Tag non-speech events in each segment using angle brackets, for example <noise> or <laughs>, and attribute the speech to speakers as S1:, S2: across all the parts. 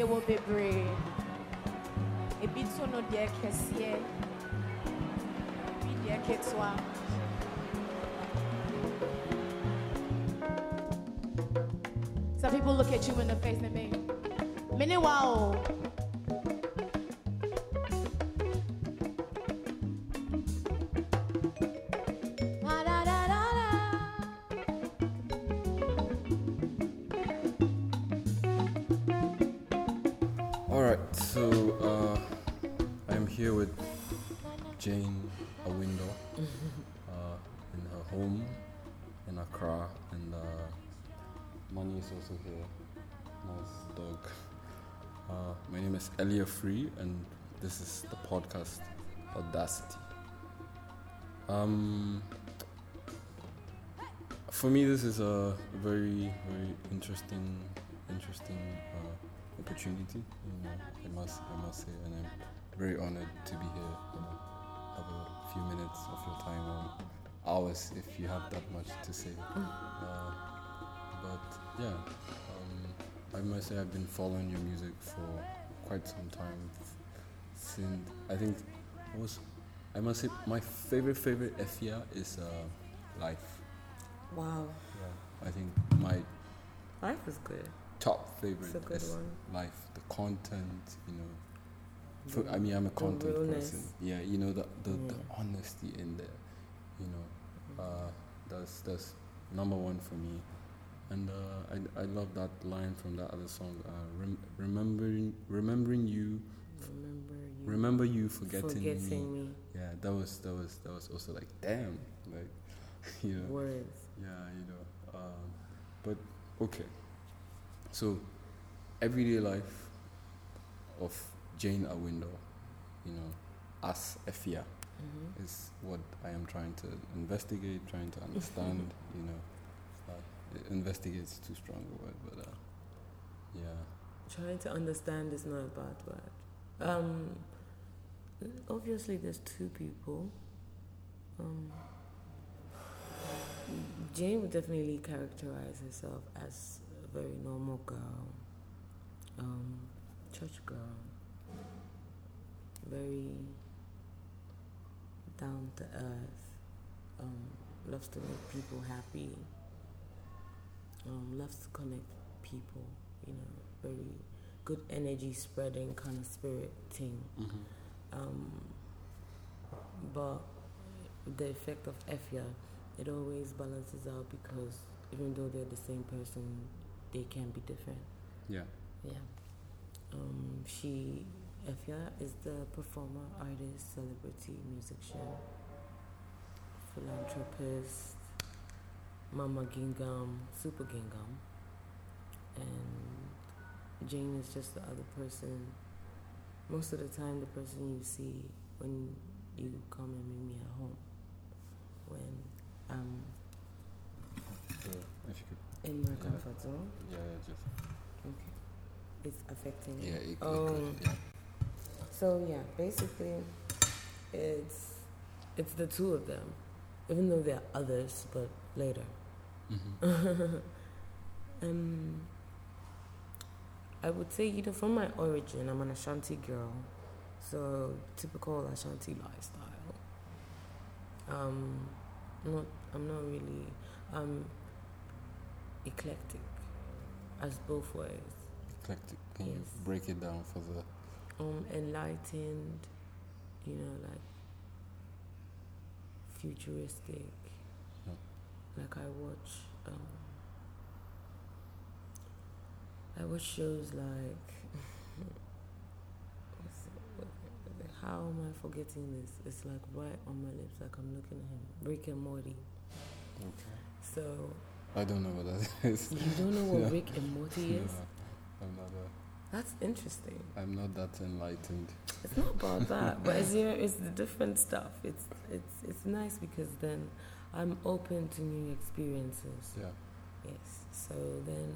S1: ɛwɔ bebree ebi to no deɛ kɛseɛ ebi deɛ ketewa. Some people look at you in the face and they Mini wow. Da, da, da, da, da.
S2: All right, so uh, I'm here with Jane Awindo uh, in her home in Accra, and uh, Money is also here. Nice dog. Uh, my name is Elia Free, and this is the podcast Audacity. Um, for me, this is a very, very interesting, interesting uh, opportunity. You know, I must, I must say, and I'm very honored to be here. You know, have a few minutes of your time, or hours if you have that much to say.
S3: Mm.
S2: Uh, but yeah, um, I must say I've been following your music for quite some time. Since I think it was, I must say my favorite favorite Effia is uh, Life.
S3: Wow.
S2: Yeah. I think my
S3: Life is good.
S2: top favorite
S3: It's a good
S2: is
S3: one.
S2: life, the content, you know. For, I mean, I'm a content
S3: realness.
S2: person. Yeah, you know the the, the
S3: Yeah.
S2: honesty in there, you know, uh, that's that's number one for me, and uh, I I love that line from that other song. Uh, rem- remembering remembering you,
S3: Remember you.
S2: remember you forgetting, me.
S3: forgetting me.
S2: Yeah, that was that was that was also like damn, like <laughs> you know.
S3: Words.
S2: Yeah, you know. Um, but okay. So, everyday life of Jane Awindo, you know, as Effia
S3: Mhm.
S2: is what I am trying to investigate, trying to
S3: <laughs>
S2: understand, you know. Uh, investigate's too strong a word, but uh, yeah.
S3: Trying to understand is not a bad word. Um, obviously, there's two people. Um, Jane would definitely characterize herself as a very normal girl, um, church girl, very down to earth, um, loves to make people happy, um, loves to connect people, you know, very good energy spreading kind of spirit thing. Um, but the effect of Effia, it always balances out because even though they're the same person, they can be different.
S2: Yeah.
S3: Yeah. Um, she, Effia, is the performer, artist, celebrity, musician, philanthropist, Mama Gingham, Super Gingham. And Jane is just the other person. Most of the time, the person you see when you come and meet me at home. When I'm
S2: So, if you could,
S3: in my
S2: Yeah.
S3: comfort zone,
S2: yeah, yeah just.
S3: it's affecting me.
S2: Yeah, it, it could,
S3: Um,
S2: yeah.
S3: So yeah, basically, it's it's the two of them, even though there are others, but later. <laughs>
S2: Mhm.
S3: um, I would say you know from my origin, I'm an Ashanti girl, so typical Ashanti lifestyle. Um, not I'm not really um eclectic, as both ways.
S2: Eclectic. Can you
S3: Yes.
S2: break it down for the.
S3: um enlightened you know like futuristic
S2: Yeah.
S3: like i watch um i watch shows like <laughs> what's it- what- what- how am i forgetting this it's like right on my lips like i'm looking at him rick and morty
S2: Okay.
S3: so
S2: I don't know what that <laughs> is.
S3: you don't know what
S2: Yeah.
S3: rick and morty is
S2: No, I'm not. A,
S3: that's interesting
S2: I'm not that enlightened.
S3: It's not about that, but it's you know, it's the different stuff. It's it's it's nice because then I'm open to new experiences.
S2: Yeah.
S3: Yes. So then,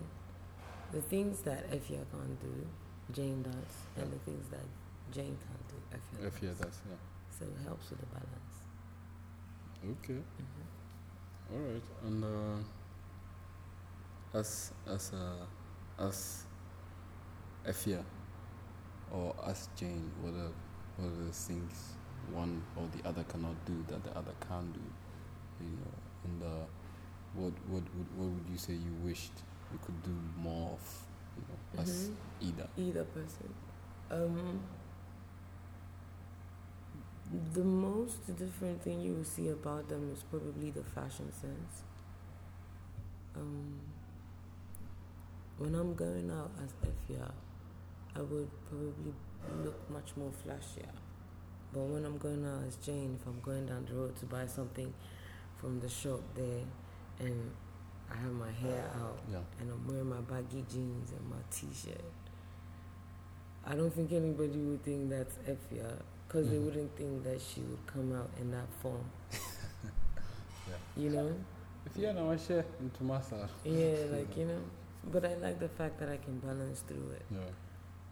S3: the things that Effia can't do, Jane does, and the things that Jane can't do, Effia.
S2: If yeah,
S3: does.
S2: that's yeah.
S3: So it helps with the balance.
S2: Okay.
S3: Mhm.
S2: All right. And uh, as as uh, as Effia, or us change what are what are the things one or the other cannot do that the other can do you know and uh, what what would what would you say you wished you could do more of you know as
S3: Mhm.
S2: either
S3: either person. Um, the most different thing you will see about them is probably the fashion sense. Um, when I'm going out as Effia, I would probably look much more flashier. But when I'm going out as Jane, if I'm going down the road to buy something from the shop there and I have my hair out,
S2: yeah
S3: and I'm wearing my baggy jeans and my t-shirt. I don't think anybody would think that's Effia, because they
S2: Mhm.
S3: wouldn't think that she would come out in that form.
S2: Yeah.
S3: You know?
S2: if you know I share into massa
S3: Yeah, like you know. But I like the fact that I can balance through it.
S2: yeah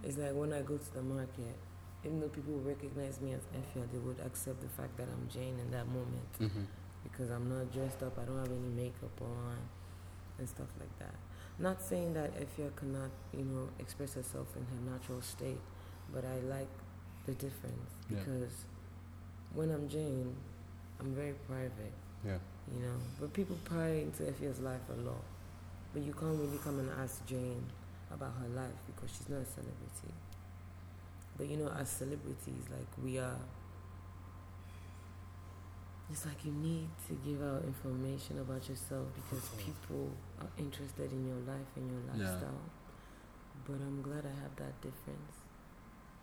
S3: It's like when I go to the market, even though people recognize me as Effia, they would accept the fact that I'm Jane in that moment
S2: mm-hmm.
S3: because I'm not dressed up. I don't have any makeup on and stuff like that. Not saying that Efia cannot, you know, express herself in her natural state, but I like the difference
S2: Yeah.
S3: because when I'm Jane, I'm very private,
S2: yeah
S3: you know. But people pry into Efia's life a lot, but you can't really come and ask Jane about her life because she's not a celebrity. But you know, as celebrities, like we are, it's like you need to give out information about yourself because
S2: sure.
S3: people are interested in your life and your
S2: Yeah.
S3: lifestyle. But I'm glad I have that difference.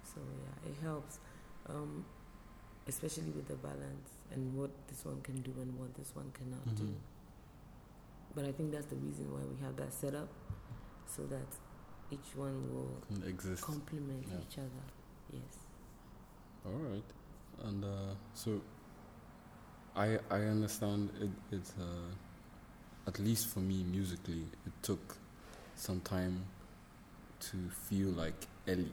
S3: So yeah, it helps, um, especially with the balance and what this one can do and what this one cannot do.
S2: Mhm.
S3: But I think that's the reason why we have that set up, so that each one will
S2: It exists
S3: complement
S2: Yeah.
S3: each other. Yes.
S2: All right, and uh, so I I understand it. It's uh, at least for me musically, it took some time to feel like Ellie,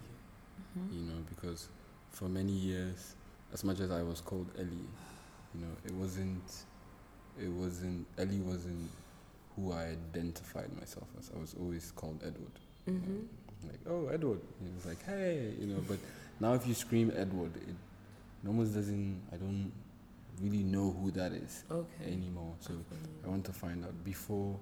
S2: you know, because for many years, as much as I was called Ellie, you know, it wasn't, it wasn't Ellie wasn't who I identified myself as. I was always called Edward
S3: Mm-hmm.
S2: like oh Edward. And it was like hey, you know. But now if you scream Edward, it, it almost doesn't. I don't really know who that is
S3: Okay.
S2: anymore. So I
S3: Mhm.
S2: want to find out before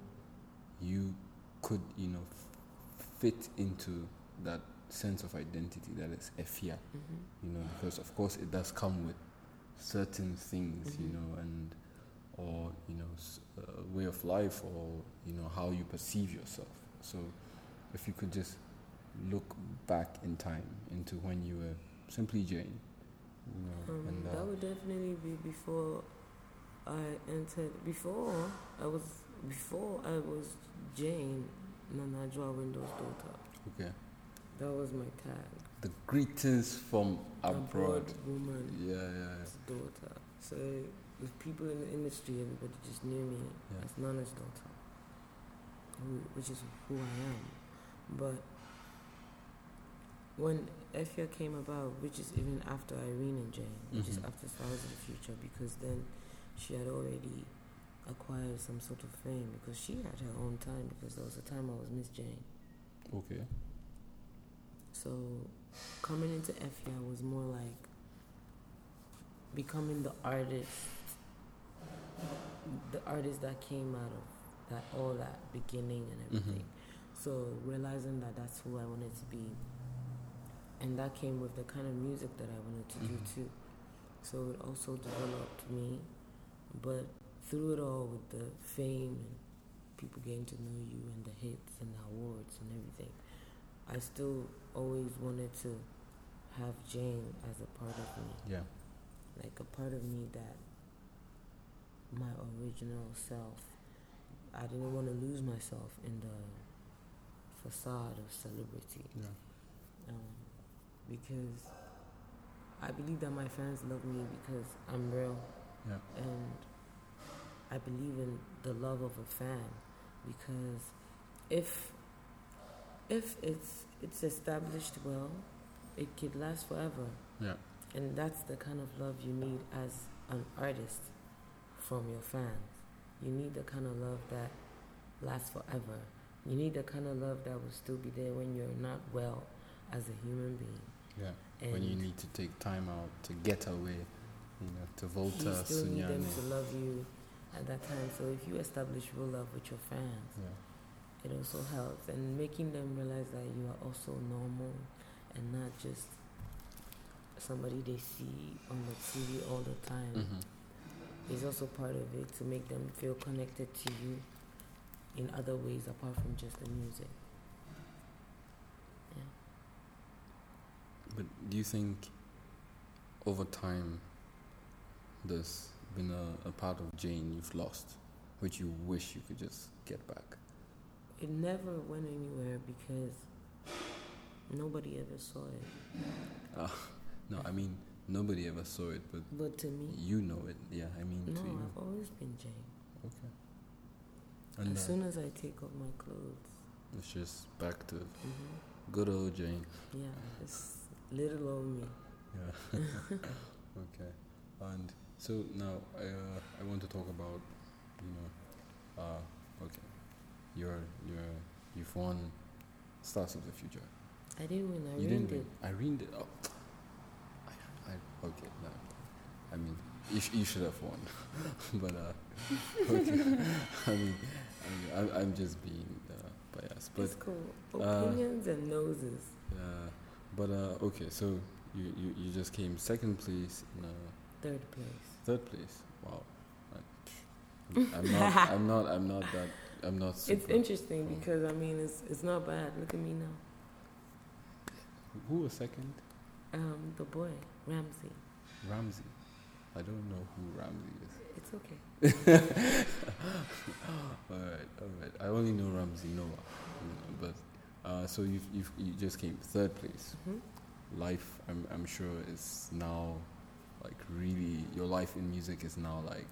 S2: you could, you know, f- fit into that sense of identity that is Effia,
S3: Mhm.
S2: you know, because of course it does come with certain things, you
S3: Mhm.
S2: know, and or you know, s- uh, way of life or you know how you perceive yourself. So if you could just look back in time into when you were simply Jane, you know,
S3: Um,
S2: and uh,
S3: that would definitely be before I entered. Before I was, before I was Jane Nanajwa Window's daughter.
S2: okay,
S3: That was my tag.
S2: the greetings from abroad.
S3: Abroad woman's
S2: Yeah, yeah, yeah.
S3: daughter. So the people in the industry, everybody just knew me
S2: Yeah.
S3: as Nana's daughter, who, which is who I am. But when Effia came about, which is even after Irene and Jane, which is
S2: Mhm.
S3: after Stars of the Future, because then she had already acquired some sort of fame because she had her own time because there was a time I was Miss Jane.
S2: Okay.
S3: So coming into FEI was more like becoming the artist, the artist that came out of that all that beginning and
S2: Mhm.
S3: everything. So realizing that that's who I wanted to be, and that came with the kind of music that I wanted to
S2: Mhm.
S3: do too. So it also developed me, but through it all with the fame and people getting to know you and the hits and the awards and everything, I still always wanted to have Jane as a part of me,
S2: Yeah.
S3: like a part of me that my original self. I didn't want to lose myself in the facade of celebrity
S2: Yeah.
S3: um, because I believe that my fans love me because I'm real.
S2: Yeah.
S3: And I believe in the love of a fan because if if it's it's established well, it could last forever.
S2: Yeah.
S3: And that's the kind of love you need as an artist from your fans. You need the kind of love that lasts forever. You need the kind of love that will still be there when you're not well as a human being.
S2: Yeah.
S3: And
S2: when you need to take time out to get away, you know, to
S3: you
S2: Volta,
S3: still need them to
S2: Sunyani.
S3: love you at that time. So if you establish real love with your fans,
S2: Yeah.
S3: it also helps and making them realize that you are also normal and not just somebody they see on the TV all the time
S2: hmm
S3: is also part of it to make them feel connected to you in other ways apart from just the music. Yeah.
S2: But do you think over time there's been a, a part of Jane you've lost, which you wish you could just get back?
S3: It never went anywhere because nobody ever saw it.
S2: Uh, <laughs> No, I mean, nobody ever saw it, but
S3: But to me,
S2: you know it. Yeah, I mean,
S3: no,
S2: to you.
S3: I've always been Jane.
S2: And uh,
S3: As soon as I take off my clothes,
S2: it's just back to
S3: hmm
S2: good old Jane.
S3: Yeah, it's little old me. <laughs>
S2: Yeah. <laughs> okay. And so now I uh, I want to talk about you know uh okay your your you've won Stars of the Future.
S3: I didn't win. I
S2: you
S3: ruined
S2: didn't
S3: it.
S2: win. I read it. Oh. I, I okay no. I mean you, sh- you should have won, <laughs> but uh okay. <laughs> I mean I mean, I, I'm just being uh, biased, but
S3: it's cool.
S2: uh,
S3: Opinions and noses.
S2: uh, but uh okay so. You, you, you just came second place in uh,
S3: Third place.
S2: Third place. Wow. I- I'm not. I'm not. I'm not that. I'm not. Super.
S3: It's interesting
S2: Mm.
S3: because I mean it's it's not bad. Look at me now.
S2: Who was second?
S3: Um, the boy Ramsey.
S2: Ramsey. I don't know who Ramsey is.
S3: It's okay.
S2: <laughs> all right. All right. I only know Ramsey Noah. you know, But uh, so you've, you've you just came third place.
S3: Mhm.
S2: Life. I'm I'm sure is now, like really your life in music is now like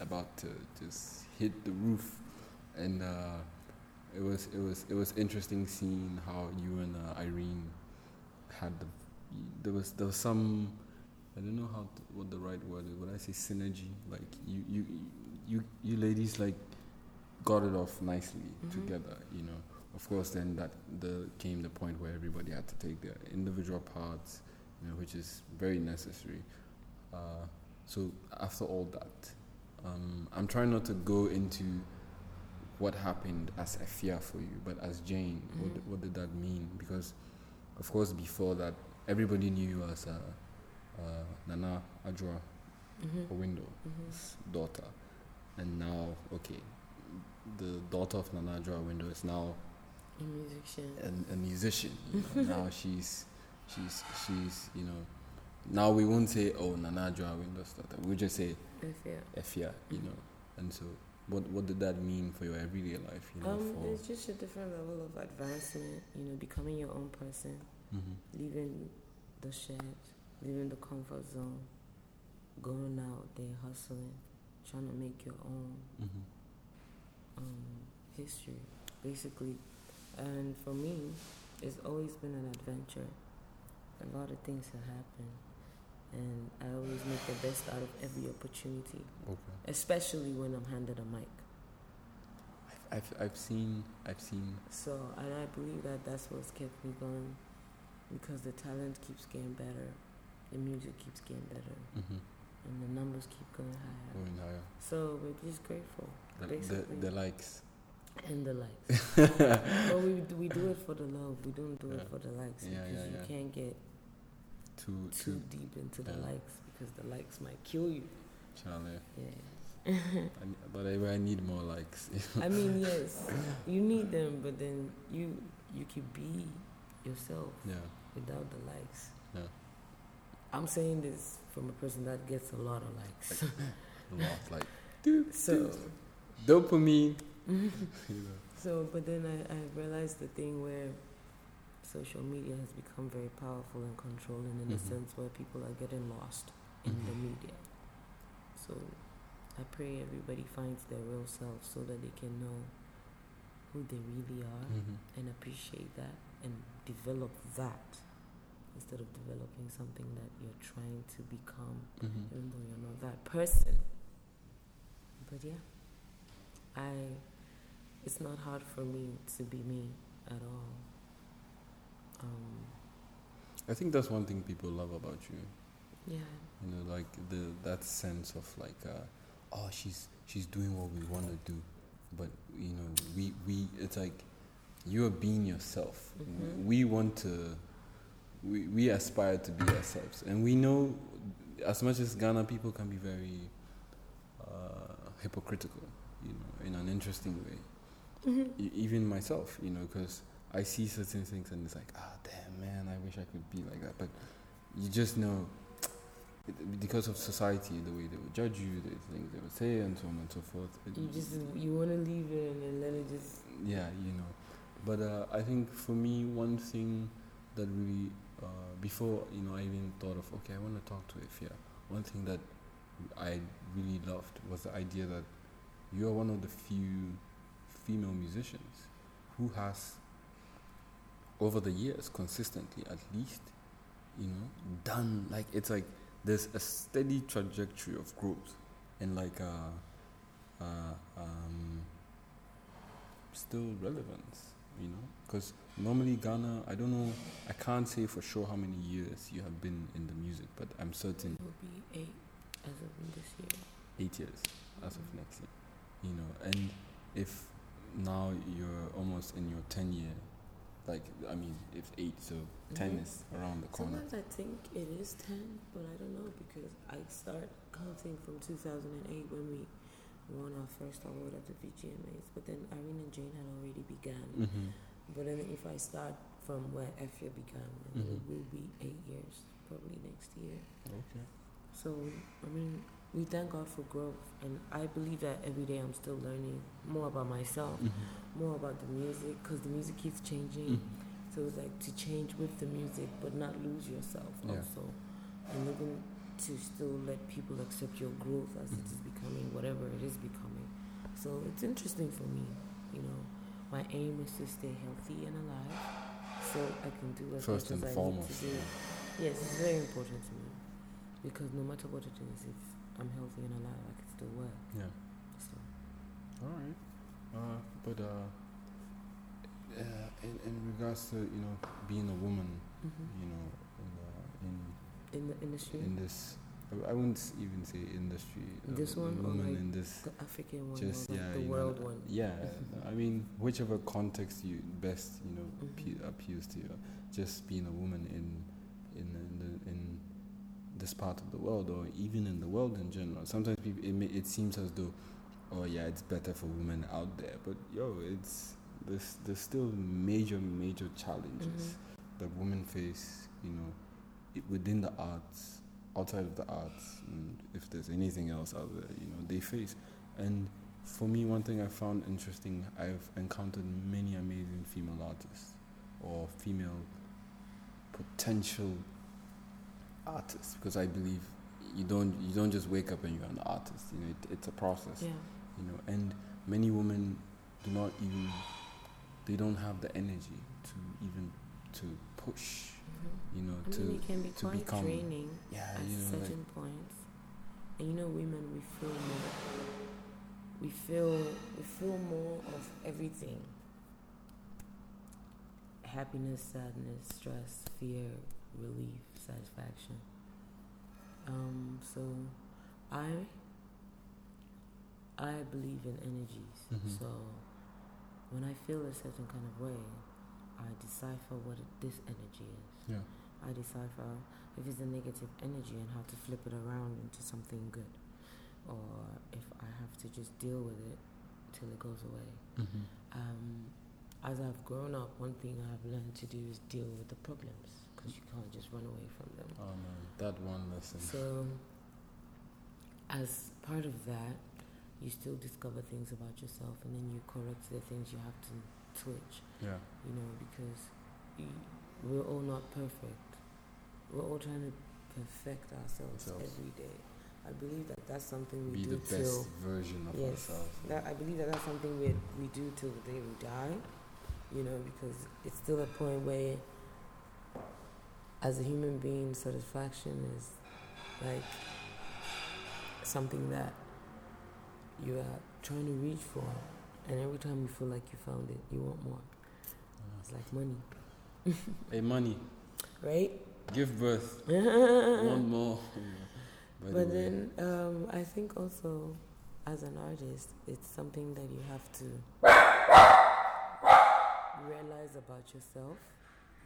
S2: about to just hit the roof, and uh, it was it was it was interesting seeing how you and uh, Irene had the there was there was some I don't know how to, what the right word is. When I say synergy, like you you you you ladies like got it off nicely
S3: Mhm.
S2: together, you know. Of course, then that the came the point where everybody had to take their individual parts, you know, which is very necessary. Uh, so after all that, um, I'm trying not to go into what happened as a fear for you, but as Jane, what,
S3: Mhm.
S2: what did that mean? Because, of course, before that, everybody knew you as uh, uh, Nana Ajua
S3: Mm-hmm.
S2: Window
S3: Mm-hmm.
S2: his daughter, and now okay, the daughter of Nana Joa Window is now
S3: A musician.
S2: a, a musician. You know? now she's she's she's you know. Now we won't say oh Nana Joa Window's daughter. We'll just say
S3: I feel.
S2: Efia, you know. And so, what what did that mean for your everyday life? You know,
S3: Um,
S2: for
S3: it's just a different level of advancement. You know, becoming your own person,
S2: Mhm.
S3: leaving the shed, leaving the comfort zone, going out there hustling, trying to make your own.
S2: Mhm.
S3: um, history, basically. And for me, it's always been an adventure. A lot of things have happened. And I always make the best out of every opportunity,
S2: Okay.
S3: especially when I'm handed a mic.
S2: I've, I've I've seen I've seen
S3: So, and I believe that that's what's kept me going because the talent keeps getting better, the music keeps getting better,
S2: mhm,
S3: and the numbers keep going higher.
S2: going higher.
S3: So, we're just grateful.
S2: The, the,
S3: Basically.
S2: the likes.
S3: and the likes.
S2: <laughs>
S3: but we d- we do it for the love. We don't do
S2: Yeah.
S3: it for the likes
S2: Yeah,
S3: because
S2: yeah, yeah.
S3: you can't get
S2: Two
S3: too
S2: two
S3: deep into the
S2: Yeah.
S3: likes because the likes might kill you.
S2: Charlie.
S3: Yeah.
S2: I, ne- but I, I need more likes.
S3: I
S2: <laughs>
S3: mean, yes, you need them, but then you you can be yourself
S2: yeah.
S3: without the likes.
S2: Yeah.
S3: I'm saying this from a person that gets a lot of likes.
S2: a lot. Like
S3: <laughs> so
S2: dopamine. Mm-hmm, you know.
S3: so, but then I I realized the thing where social media has become very powerful and controlling in the
S2: Mhm.
S3: sense where people are getting lost in the
S2: Mhm.
S3: media. So I pray everybody finds their real self so that they can know who they really are
S2: Mhm.
S3: and appreciate that and develop that instead of developing something that you're trying to become
S2: Mhm.
S3: even though you're not that person. But yeah, I it's not hard for me to be me at all. Um,
S2: I think that's one thing people love about you.
S3: Yeah.
S2: You know, like the that sense of like, uh, oh, she's she's doing what we want to do, but you know, we we it's like you are being yourself.
S3: Mhm.
S2: We want to, we we aspire to be ourselves, and we know as much as Ghana people can be very uh, hypocritical, you know, in an interesting way.
S3: Mm-hmm.
S2: E- even myself, you know, because I see certain things and it's like, ah, damn, man, I wish I could be like that. But you just know, it- because of society, the way they would judge you, the things they would say, and so on and so forth. But
S3: You just you want to leave it and then let it just.
S2: yeah, you know. But uh, I think for me, one thing that really, uh, before you know, I even thought of okay, I want to talk to Ifya. One thing that I really loved was the idea that you are one of the few female musicians who has, over the years, consistently at least, you know, done like it's like there's a steady trajectory of growth, and like uh, uh, um, still relevance, you know? Because normally Ghana, I don't know, I can't say for sure how many years you have been in the music, but I'm certain
S3: It will be eight as of this year.
S2: eight years as of next year, you know? And if now you're almost in your 10 year, like, I mean, if eight, so 10
S3: Mhm.
S2: is around the corner.
S3: Sometimes I think it is 10, but I don't know because I start counting from 2008 when we won our first award at the VGMAs, but then Irene and Jane had already begun.
S2: Mm-hmm.
S3: But then if I start from where Effia began, then it
S2: Mhm.
S3: will be eight years, probably next year.
S2: Okay.
S3: So, I mean, we thank God for growth, and I believe that every day I'm still learning more about myself,
S2: Mm-hmm.
S3: more about the music, because the music keeps changing.
S2: Mm.
S3: So it's like to change with the music, but not lose yourself
S2: Yeah.
S3: also, and even to still let people accept your growth as it
S2: Mm-hmm.
S3: is becoming whatever it is becoming. So it's interesting for me, you know. My aim is to stay healthy and alive, so I can do as
S2: First
S3: much
S2: and
S3: as I
S2: foremost.
S3: need to do. Yes, it's very important to me because no matter what it is, if I'm healthy and alive, I can still work.
S2: Yeah.
S3: So
S2: All right. Uh, but uh, uh, in, in regards to, you know, being a woman, you know, in, uh, in
S3: mm-hmm. in the industry,
S2: in this I- I wouldn't s- even say industry uh,
S3: This one or
S2: woman
S3: like
S2: in this
S3: the African one,
S2: just
S3: or
S2: yeah
S3: the
S2: you know,
S3: world one. <laughs>
S2: yeah I mean whichever context you best you know
S3: Mhm.
S2: appe- appeals to you just being a woman in in in, the, in this part of the world or even in the world in general sometimes people it, may, it seems as though oh yeah it's better for women out there but yo it's there's there's still major major challenges
S3: Mm-hmm.
S2: that women face, you know, i- within the arts, outside of the arts, and if there's anything else out there, you know, they face. And for me, one thing I found interesting, I've encountered many amazing female artists or female potential artists because I believe you don't you don't just wake up and you're an artist. You know, it, it's a process
S3: Yeah.
S2: you know and many women do not even they don't have the energy to even to push
S3: hmm
S2: you know
S3: I
S2: to
S3: mean, it can be
S2: to
S3: quite
S2: become-
S3: draining
S2: yeah
S3: at
S2: you know like,
S3: certain points. And you know, women, we feel more. We feel we feel more of everything. Happiness, sadness, stress, fear, relief, satisfaction. Um, so, I I believe in energies.
S2: Mhm.
S3: So, when I feel a certain kind of way, I decipher what it, this energy is.
S2: yeah
S3: I decipher if it's a negative energy and how to flip it around into something good, or if I have to just deal with it till it goes away.
S2: mm-hmm.
S3: Um, as I've grown up, one thing I've learned to do is deal with the problems because you can't just run away from them.
S2: oh man that one lesson
S3: So, as part of that, you still discover things about yourself and then you correct the things you have to twitch
S2: yeah
S3: you know, because y- we're all not perfect. We're all trying to perfect ourselves
S2: Ourselves.
S3: every day. I believe that that's something we
S2: be the
S3: do
S2: best
S3: till
S2: version of
S3: Yes.
S2: ourselves
S3: that. I believe that that's something we we do till the day we die. You know, because it's still a point where, as a human being, satisfaction is like something that you are trying to reach for, and every time you feel like you found
S2: Mm.
S3: it, you want more. It's like money.
S2: hey money
S3: right?
S2: Give birth.
S3: <laughs>
S2: One more. you know, by the
S3: but
S2: way.
S3: then um, I think also as an artist, it's something that you have to realize about yourself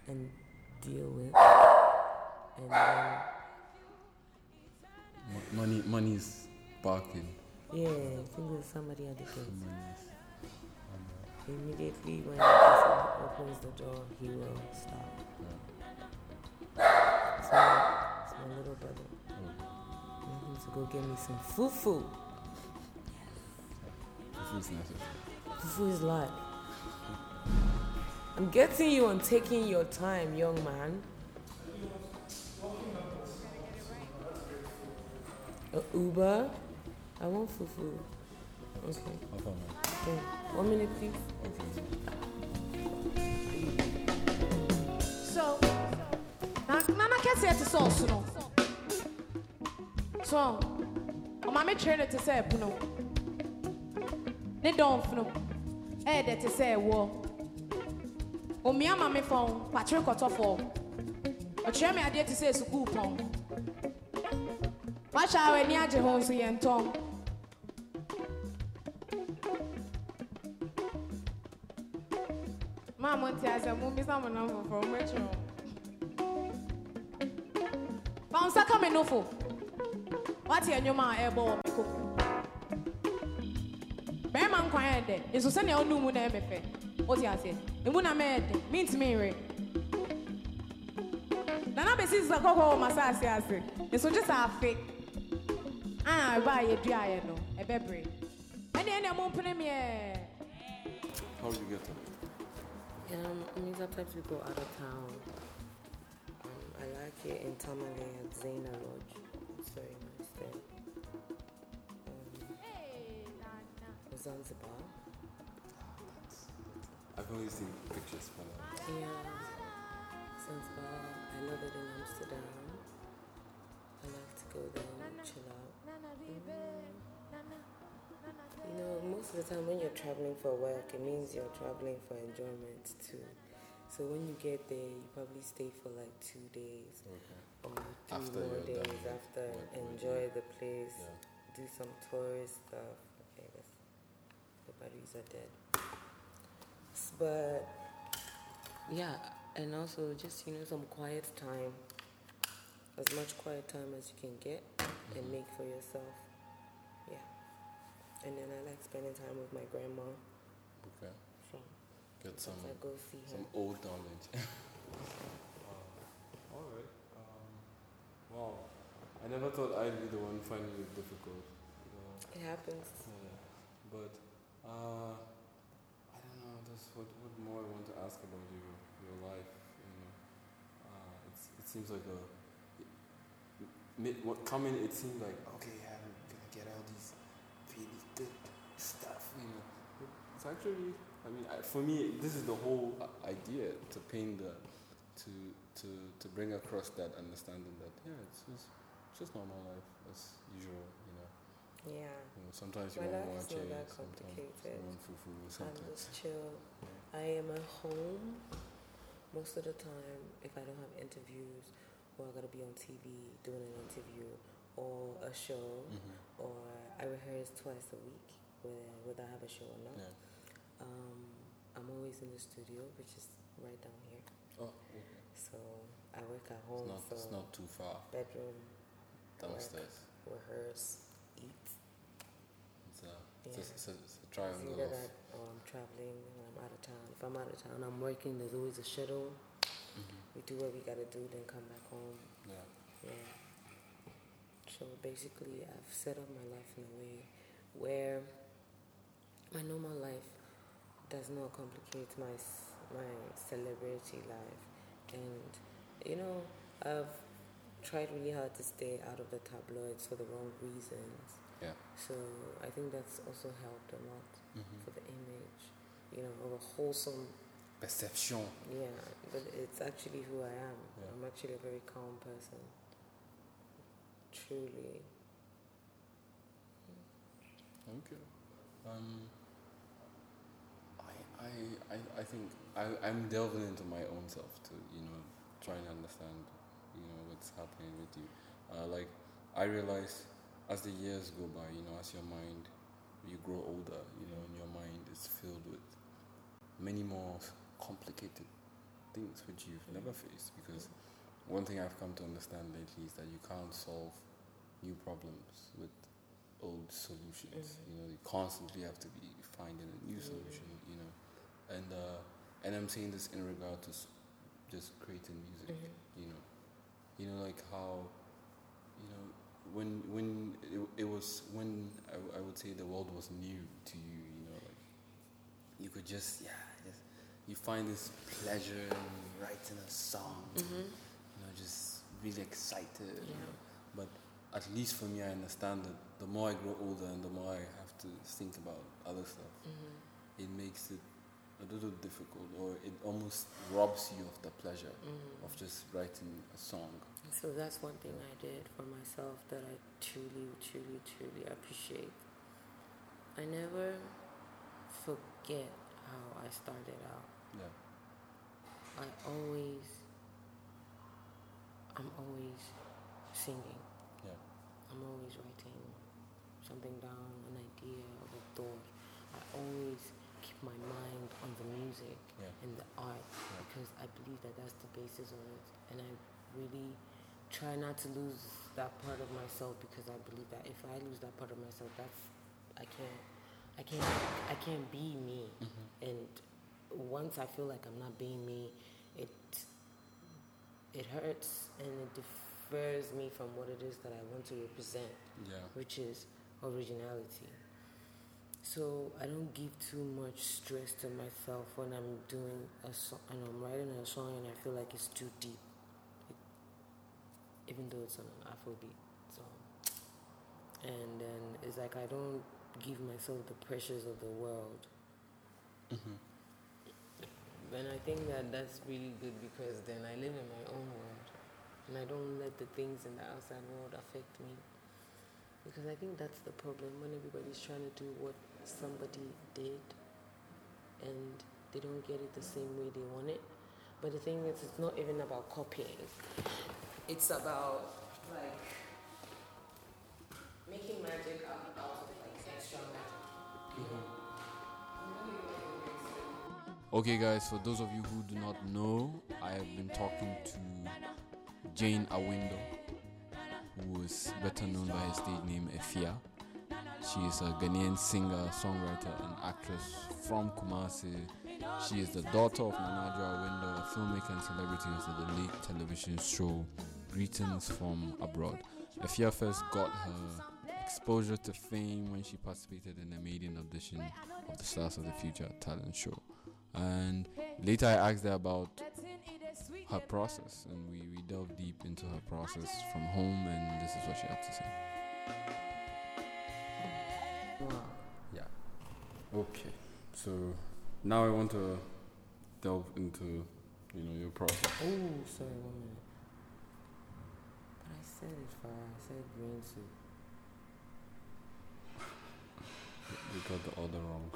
S3: and deal with. And then,
S2: Mo- money, money is barking.
S3: yeah, I think there's somebody at the gate.
S2: Money is-
S3: Immediately when the person opens the door, he will stop. So it's my little brother.
S2: oh,
S3: I need to go get me some fufu.
S2: it feels nice.
S3: Fufu is life. I'm getting you on taking your time, young man. Uh, Uber? I want fufu. Okay.
S2: How far, man?
S3: okay. One minute, please.
S2: Okay.
S1: So, na na na kɛseɛ te sɛ ɔsono so ɔma me twere no te sɛ ɛpono ne dɔnfono ɛyɛ dɛ te sɛ ɛwoɔ omia ma me fɔn pakyere kɔtɔfoɔ ɔkyerɛ me adeɛ te sɛ sukuu pɔn wahyɛ a w'ani agye ho nso yɛ ntɔn maa mo te asɛ mo bisa mo nam foforɔ mo akyerɛ wo fa wo nsa ka me nofo woate anwom a ɛbɔ wɔ eh, me koko bɛrima nkwan yɛ dɛ nso sɛnea wonu mu na ɛmɛfɛ wote aseɛ emu na mɛyɛ dɛ mentumi nwe eh. nana bɛsi sika kɔkɔɔ wɔ masaase ase nso gye sɛ afe a ɛba Ah, a yɛduaeɛ no ɛbɛbere ɛneɛ ne mompene meɛ
S2: How did you get up?
S3: Um, I mean, sometimes we go out of town. Um, I like it in Tamale at Zena Lodge. It's very nice there. Um, Zanzibar.
S2: I've only seen pictures for that.
S3: Yeah. Zanzibar. I love it in Amsterdam. I like to go there and chill out. Mm. You know, most of the time when you're traveling for work, it means you're traveling for enjoyment too. So when you get there, you probably stay for like two days
S2: Okay.
S3: or three
S2: After
S3: more
S2: you're
S3: days
S2: done with
S3: after.
S2: work, what
S3: enjoy
S2: you-
S3: the place.
S2: Yeah.
S3: do some tourist stuff. Okay, that's, the batteries are dead. S- But yeah, and also just you know some quiet time, as much quiet time as you can get, and make for yourself. Yeah, and then I like spending time with my grandma.
S2: Okay.
S3: From
S2: Get some
S3: so I go see her.
S2: some old knowledge. <laughs> all right. Um, wow. I never thought I'd be the one finding it difficult. Uh,
S3: It happens.
S2: Yeah, but uh, I don't know. Just what, what more I want to ask about you, your life. You know, uh, it's, it seems like a. It, mid, what coming? It seemed like okay, yeah, I'm gonna get all these really good stuff. You know, But it's actually. I mean, I, for me, this is the whole i- idea to paint the, to to to bring across that understanding that yeah, it's just it's just normal life as usual. You know.
S3: Yeah,
S2: You know, sometimes you
S3: My
S2: want
S3: life
S2: more
S3: is not that
S2: change, sometimes you
S3: complicated.
S2: want fufu,
S3: I'm
S2: sometimes.
S3: just chill. I am at home most of the time if I don't have interviews or I gotta be on TV doing an interview or a show
S2: Mm-hmm.
S3: or I rehearse twice a week whether, whether I have a show or not.
S2: Yeah.
S3: Um, I'm always in the studio, which is right down here.
S2: Oh, okay.
S3: So I work at
S2: It's
S3: home,
S2: not,
S3: Oh, so
S2: it's not too far
S3: bedroom,
S2: downstairs.
S3: rehearse, eat.
S2: It's a, it's
S3: Yeah.
S2: a, it's a, it's a
S3: It's
S2: triangle
S3: either
S2: of.
S3: that or I'm traveling or I'm out of town. If I'm out of town, I'm working. There's always a schedule.
S2: Mm-hmm.
S3: We do what we gotta do, then come back home.
S2: Yeah.
S3: Yeah. So basically, I've set up my life in a way where my normal life does not complicate my s- my celebrity life, and you know, I've tried really hard to stay out of the tabloids for the wrong reasons.
S2: Yeah.
S3: So I think that's also helped a lot
S2: Mm-hmm.
S3: for the image, you know, of a wholesome
S2: Perception.
S3: yeah, but it's actually who I am.
S2: Yeah.
S3: I'm actually a very calm person. Truly.
S2: Okay. Um, I, I, I, I think I, I'm delving into my own self to, you know, try and understand, you know what's happening with you. Uh, like I realize as the years go by, you know, as your mind you grow older, you know, and your mind is filled with many more complicated things which you've never faced because one thing I've come to understand lately is that you can't solve new problems with old solutions. You know, you constantly have to be finding a new
S3: Mhm.
S2: solution. You know, and uh, and I'm saying this in regard to s- just creating music. You know, you know, like how, you know, when when it, it was when I, w- I would say the world was new to you. You know, like you could just yeah, just you find this pleasure in writing a song. You know, just really excited. You
S3: Yeah.
S2: know, but at least for me, I understand that the more I grow older and the more I have to think about other stuff, it makes it a little difficult, or it almost robs you of the pleasure of just writing a song.
S3: So that's one thing I did for myself that I truly, truly, truly appreciate. I never forget how I started out.
S2: Yeah,
S3: I always, I'm always singing.
S2: yeah,
S3: I'm always writing something down, an idea, or a thought. I always keep my mind on the music
S2: Yeah.
S3: and the art because I believe that that's the basis of it. And I really try not to lose that part of myself because I believe that if I lose that part of myself, that's I can't, I can't, I can't be me. And once I feel like I'm not being me, it it hurts and it differs me from what it is that I want to represent,
S2: yeah,
S3: which is originality. So I don't give too much stress to myself when I'm doing a song and I'm writing a song and I feel like it's too deep, it, even though it's an Afrobeat song. And then it's like I don't give myself the pressures of the world. And I think that that's really good because then I live in my own world and I don't let the things in the outside world affect me. Because I think that's the problem when everybody's trying to do what somebody did and they don't get it the same way they want it. But the thing is, it's not even about copying, it's about like making magic out out of like extra magic.
S2: Okay, guys, for those of you who do not know, I have been talking to Jane Awindo, who is better known by her stage name Efia. She is a Ghanaian singer, songwriter, and actress from Kumasi. She is the daughter of Nanadu Awindo, a filmmaker and celebrity of the late television show Greetings from Abroad. Efia first got her exposure to fame when she participated in the maiden audition of the Stars of the Future talent show. And later I asked her about her process, and we, we delved deep into her process from home, and this is what she had to say.
S3: Wow.
S2: Okay, so now I want to delve into you know your process.
S3: Oh, sorry, one minute. But I said it far. I said green soup.
S2: You got the order wrong.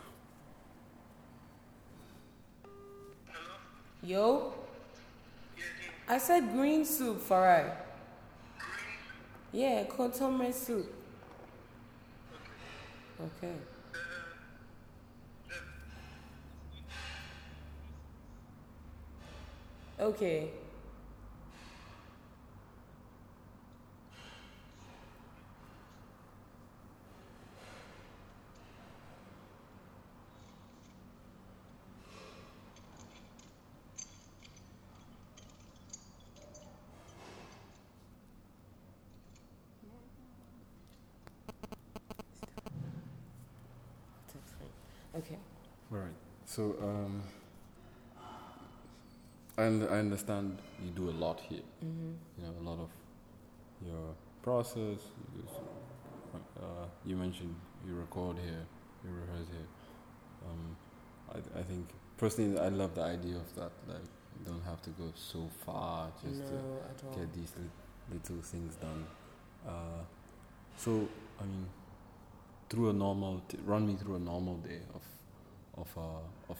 S3: Yo? I said green soup, Farai. Yeah, kotome soup. Okay. Okay. That's fine. Okay.
S2: All right. So um, I und- I understand you do a lot here.
S3: Mm-hmm.
S2: You know a lot of your process. You, do some- uh, you mentioned you record here, you rehearse here. Um, I I think personally I love the idea of that. Like you don't have to go so far just to
S3: No, at all.
S2: get these lit- little things done. Uh, so I mean, through a normal, t- run me through a normal day of, of, uh, of,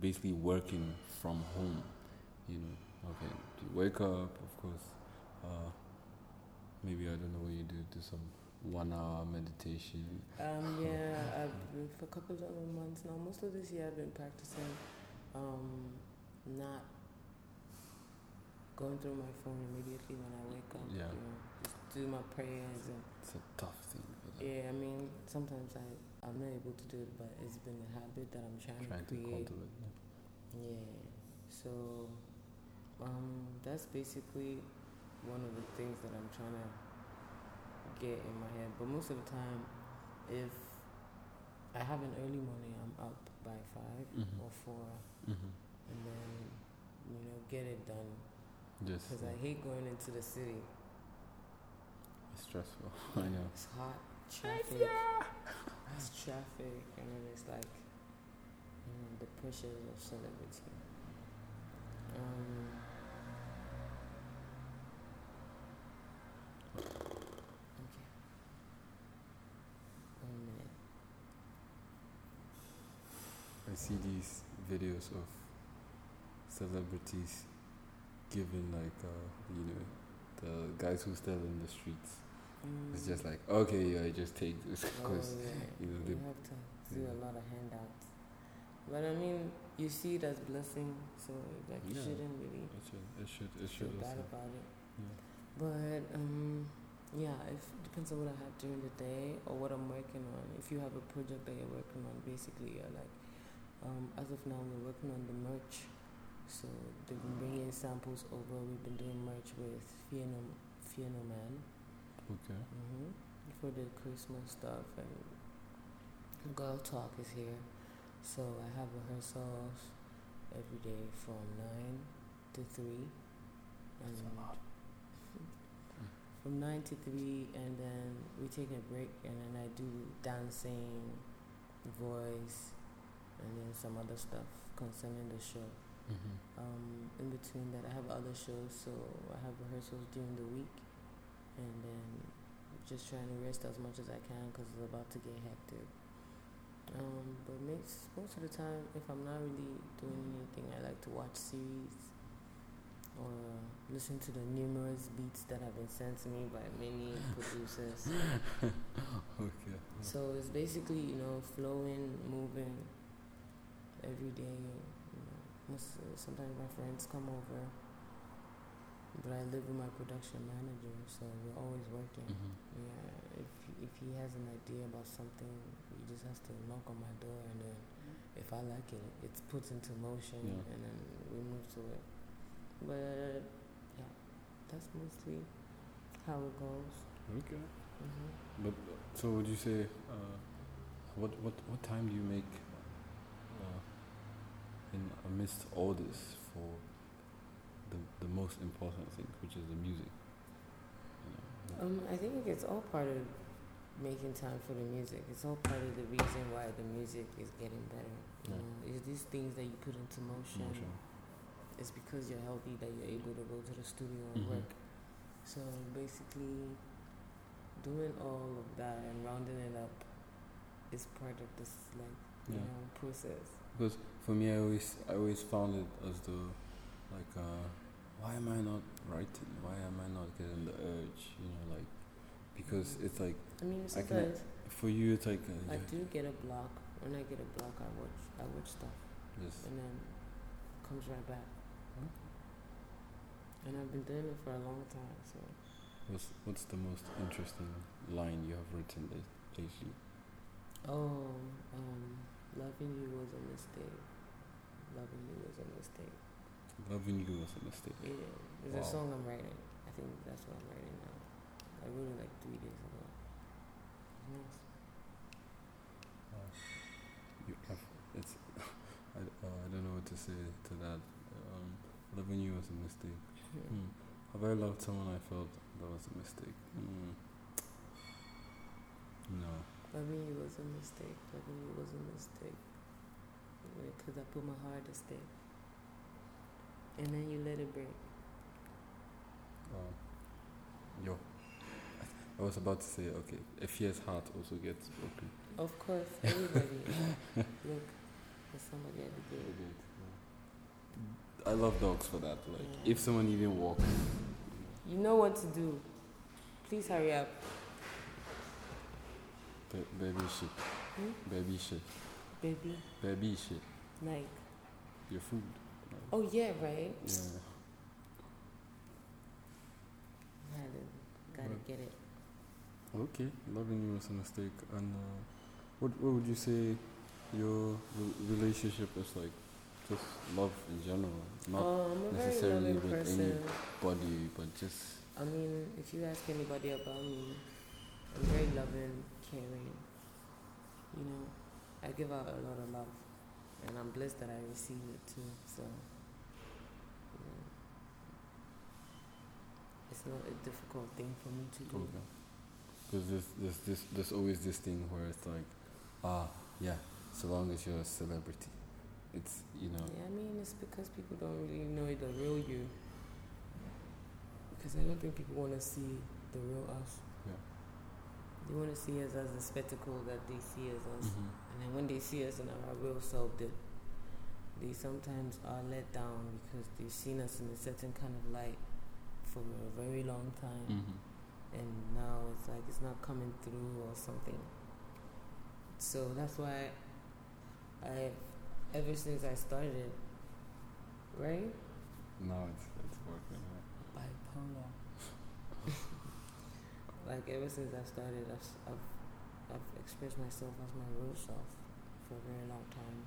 S2: basically working from home. You know, Okay. Do you wake up, of course. Uh, maybe I don't know what you do. Do some one hour meditation.
S3: Um, yeah, I've been for a couple of months now. Most of this year, I've been practicing um, not going through my phone immediately when I wake up.
S2: Yeah.
S3: You know, just do my prayers and
S2: It's a tough thing. But
S3: yeah. I mean, sometimes I I'm not able to do it, but it's been a habit that I'm trying,
S2: I'm trying to
S3: to create.
S2: cultivate.
S3: Yeah. So um that's basically one of the things that I'm trying to get in my head. But most of the time if I have an early morning I'm up by 5
S2: Mhm.
S3: or four
S2: Yeah. hmm
S3: and then you know get it done
S2: Just
S3: because I hate going into the city.
S2: it's stressful. <laughs> I know.
S3: It's hot traffic. It's traffic and then it's like you know, the pressures of celebrity. Um, okay. One minute.
S2: I see these videos of celebrities giving like uh, you know the guys who sell in the streets. It's just like okay, yeah, I just take this <laughs> because
S3: Mm. oh, yeah.
S2: you know,
S3: you
S2: they-
S3: have to do
S2: yeah.
S3: a lot of handouts. But I mean, you see it as blessing, so like you
S2: Yeah.
S3: shouldn't really
S2: it should it should it
S3: feel
S2: should
S3: bad
S2: also
S3: about it.
S2: yeah.
S3: But um, yeah, it depends on what I have during the day or what I'm working on. If you have a project that you're working on, basically, you're like, um, as of now, we're working on the merch. So they've been bringing samples over. We've been doing merch with Fiano, Fiano Man
S2: okay.
S3: hmm for the Christmas stuff, and Girl Talk is here. So I have rehearsals every day from nine to three. And From nine to three, and then we take a break, and then I do dancing, voice, and then some other stuff concerning the show
S2: Mm-hmm.
S3: um, in between that I have other shows, so I have rehearsals during the week, and then just trying to rest as much as I can because it's about to get hectic. Um, but makes, most of the time, if I'm not really doing anything, I like to watch series or listen to the numerous beats that have been sent to me by many producers.
S2: Okay.
S3: So it's basically, you know, flowing, moving every day. You know, most, sometimes my friends come over, but I live with my production manager, so we're always working.
S2: Mm-hmm.
S3: Yeah, if if he has an idea about something, he just has to knock on my door, and then if I like it, it's put into motion,
S2: Yeah.
S3: and then we move to it. But yeah, that's mostly how it goes.
S2: Okay.
S3: hmm
S2: But so would you say uh, what what what time do you make uh, in amidst all this for the the most important thing, which is the music? You know,
S3: Um, I think it's all part of making time for the music. It's all part of the reason why the music is getting better. You
S2: Yeah.
S3: know, it's these things that you put into motion.
S2: emotion.
S3: It's because you're healthy that you're able to go to the studio and
S2: Mhm.
S3: work. So basically, doing all of that and rounding it up is part of this like you
S2: Yeah.
S3: know process.
S2: Because for me, I always I always found it as though like uh, why am I not writing? Why am I not getting the urge? You know, like because it's like
S3: I mean,
S2: I can-
S3: sometimes
S2: for you, it's like uh,
S3: I
S2: you
S3: do get a block. When I get a block, I watch I watch stuff.
S2: just
S3: and then it comes right back.
S2: Hmm?
S3: And I've been doing it for a long time, so
S2: What's what's the most interesting line you have written late- lately?
S3: oh, um, loving you was a mistake. Loving you was a mistake.
S2: Loving you was a mistake.
S3: Yeah, it's
S2: Wow.
S3: a song I'm writing. I think that's what I'm writing now. I wrote it like three days ago.
S2: <laughs>
S3: Nice.
S2: Uh, You have, it's <laughs> I, uh, I don't know what to say to that. Um, loving you was a mistake. Hmm. Have I loved someone I felt that was a mistake? Hmm. No.
S3: Loving you was a mistake. Loving you was a mistake. Because I put my heart to stake. And then you let it break.
S2: Uh, yo. I was about to say okay. A fierce heart also gets broken.
S3: Of course,
S2: <laughs>
S3: everybody. Look, there's somebody at the gate.
S2: I love dogs for that. Like, if someone even walks,
S3: You know what to do. Please hurry up.
S2: ba- baby shit,
S3: Hmm?
S2: baby shit,
S3: Baby,
S2: baby shit.
S3: like,
S2: Your food.
S3: oh yeah, right?
S2: Yeah.
S3: Had it. Gotta
S2: Right.
S3: get it.
S2: Okay, loving you was a mistake. And uh, what what would you say your re- relationship is like? Just love in general, not
S3: Oh, I'm a very
S2: necessarily
S3: loving
S2: with any-
S3: person.
S2: body, but just
S3: I mean, if you ask anybody about me, I'm very loving, caring. You know, I give out a lot of love, and I'm blessed that I receive it too. So, you know, it's not a difficult thing for me to do.
S2: Okay. Because there's, there's, this, there's always this thing where it's like, ah, yeah, so long as you're a celebrity. It's, you know,
S3: Yeah, I mean, it's because people don't really know the real you. Because I don't think people want to see the real us.
S2: Yeah.
S3: They want to see us as the spectacle that they see us as.
S2: Mhm.
S3: And then when they see us in our real self, they, they sometimes are let down because they've seen us in a certain kind of light for a very long time.
S2: Mhm.
S3: And now it's like it's not coming through or something. So that's why I, ever since I started, right?
S2: now it's, it's working. Right?
S3: bipolar. <laughs> like ever since I started, I've, s- I've I've expressed myself as my real self for a very long time.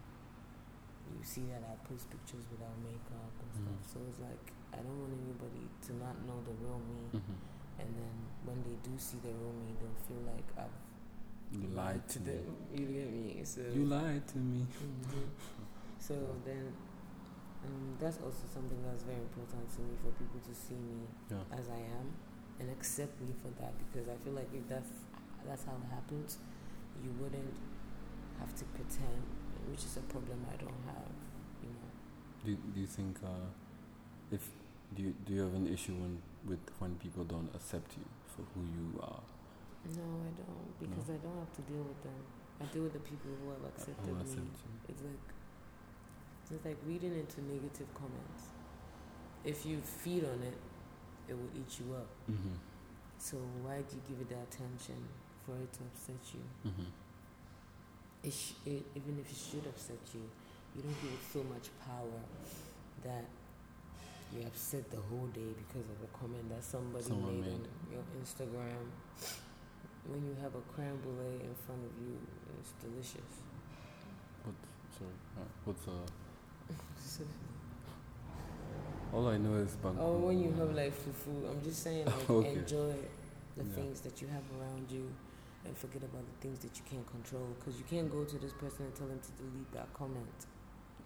S3: You see that I post pictures without makeup and
S2: Mm.
S3: stuff, so it's like I don't want anybody to not know the real me.
S2: Mm-hmm.
S3: And then when they do see the real me, they'll feel like I've
S2: You lied to me.
S3: them. You get me? So
S2: You lied to me.
S3: Mhm. So then, um, that's also something that's very important to me for people to see me
S2: Yeah.
S3: as I am and accept me for that because I feel like if that's that's how it happens, you wouldn't have to pretend, which is a problem I don't have. You know,
S2: Do, do you think, uh, if, do you, do you have an issue when, with when people don't accept you for who you are?
S3: no, I don't because I don't have to deal with them. I deal with the people who have accepted
S2: Who
S3: me.
S2: accept you?
S3: It's like it's like reading into negative comments. If you feed on it, it will eat you up.
S2: Mm-hmm.
S3: So why do you give it the attention for it to upset you?
S2: Mm-hmm.
S3: It sh- it, even if it should upset you, you don't give it so much power that you upset the whole day because of a comment that somebody
S2: Someone
S3: made,
S2: made.
S3: on your Instagram. When you have a creme brulee in front of you, it's delicious.
S2: What, sorry, uh, what's, uh, all I know is bank.
S3: Or Oh, when you have like fufu, I'm just saying,
S2: <laughs>
S3: like,
S2: Okay.
S3: enjoy the
S2: Yeah.
S3: things that you have around you and forget about the things that you can't control. Because you can't go to this person and tell them to delete that comment.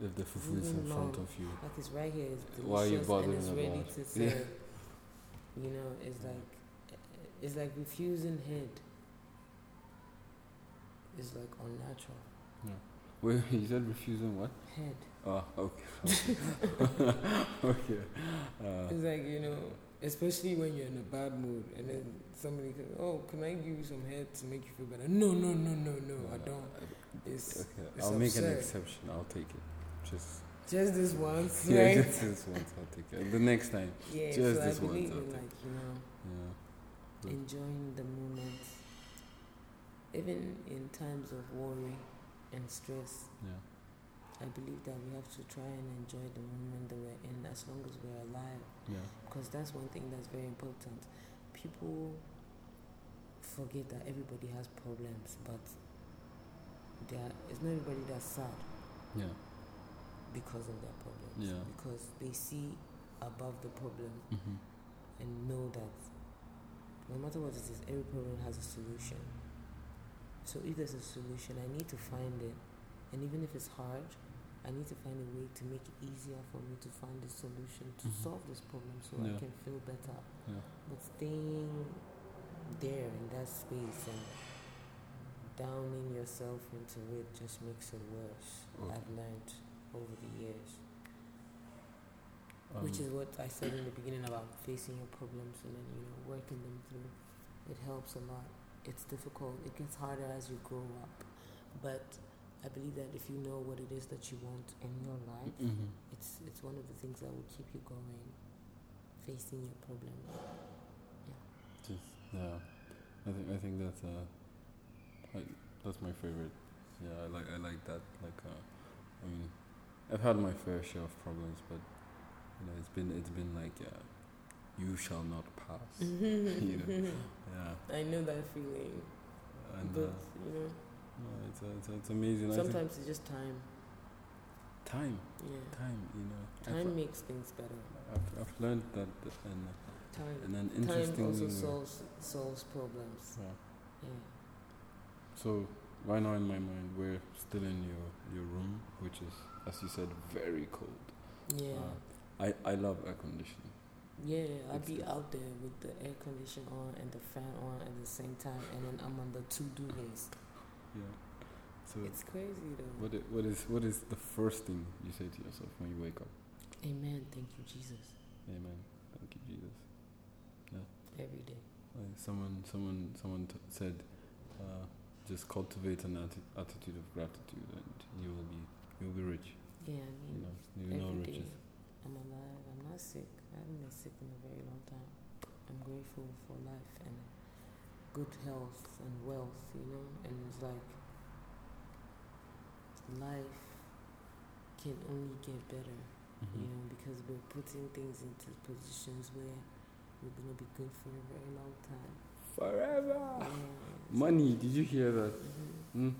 S2: If the fufu is in
S3: Leave me
S2: front
S3: alone.
S2: of you.
S3: Like, it's right here, it's delicious,
S2: Why are you bothering
S3: and it's ready
S2: about
S3: to
S2: it? <laughs>
S3: serve. You know, it's like, it's like refusing head. It's like unnatural.
S2: Wait, <laughs> you said refusing what?
S3: Head.
S2: Oh,
S3: <laughs>
S2: okay. <laughs> okay. Uh,
S3: It's like, you know, especially when you're in a bad mood and then somebody goes, Oh, can I give you some head to make you feel better? No, no, no, no, no, I don't. It's
S2: Okay,
S3: it's
S2: I'll make an
S3: absurd.
S2: exception. I'll take it. Just
S3: just this once,
S2: yeah,
S3: right?
S2: <laughs> just this once. I'll take it. The next time.
S3: yeah,
S2: just
S3: so
S2: this
S3: I
S2: once,
S3: believe
S2: I
S3: in
S2: think.
S3: like, you know,
S2: Yeah. Mm.
S3: enjoying the moment. Even in times of worry and stress,
S2: Yeah.
S3: I believe that we have to try and enjoy the moment that we're in as long as we're alive.
S2: Yeah.
S3: because that's one thing that's very important. People forget that everybody has problems, but there it's not everybody that's sad
S2: Yeah.
S3: because of their problems.
S2: Yeah.
S3: Because they see above the problem
S2: Mm-hmm.
S3: and know that no matter what it is, every problem has a solution. So if there's a solution, I need to find it, and even if it's hard, I need to find a way to make it easier for me to find a solution to
S2: Mhm.
S3: solve this problem, so I
S2: Yeah.
S3: can feel better.
S2: Yeah.
S3: But staying there in that space and downing yourself into it just makes it worse.
S2: Okay.
S3: I've learned over the years. Which
S2: Um,
S3: is what I said in the beginning about facing your problems and then you know working them through. It helps a lot. It's difficult. It gets harder as you grow up, but I believe that if you know what it is that you want in your life,
S2: Mm-hmm.
S3: it's it's one of the things that will keep you going, facing your <laughs> problems.
S2: Just yeah, I think I think that's uh, I, that's my favorite. Yeah, I like I like that. Like uh, I mean, I've had my fair share of problems, but you know, it's been it's been like yeah, you shall not pass.
S3: Mm-hmm.
S2: know. yeah,
S3: I know that feeling,
S2: and uh,
S3: but you know,
S2: no, it's, uh, it's it's amazing. I think
S3: sometimes it's just time.
S2: time,
S3: Yeah,
S2: time. You know,
S3: time
S2: I've, uh,
S3: makes things better.
S2: I've, I've learned that, and
S3: Time,
S2: and an
S3: time
S2: interesting. uh,
S3: also solves solves problems.
S2: yeah.
S3: Yeah.
S2: So right now in my mind, we're still in your your room, which is, as you said, very cold.
S3: Yeah,
S2: Uh, I I love air conditioning.
S3: yeah. I'd
S2: it's
S3: be
S2: good.
S3: out there with the air condition on and the fan on at the same time, and then I'm on the two duvets.
S2: Yeah. So
S3: It's crazy though.
S2: what i- what is what is the first thing you say to yourself when you wake up?
S3: Amen. Thank you, Jesus.
S2: Amen. Thank you, Jesus.
S3: Every day.
S2: Like someone someone someone t- said, uh, just cultivate an atti- attitude of gratitude, and you will be you'll be rich.
S3: Yeah, I
S2: You
S3: mean,
S2: know you know
S3: Mm. every
S2: riches.
S3: day. I'm alive. I'm not sick. I haven't been sick in a very long time. I'm grateful for life and good health and wealth, you know? And it's like life can only get better,
S2: Mm-hmm.
S3: you know, because we're putting things into positions where we're going to be good for a very long time.
S2: Forever.
S3: Yeah.
S2: Money. Did you hear that?
S3: Mhm.
S2: Mm.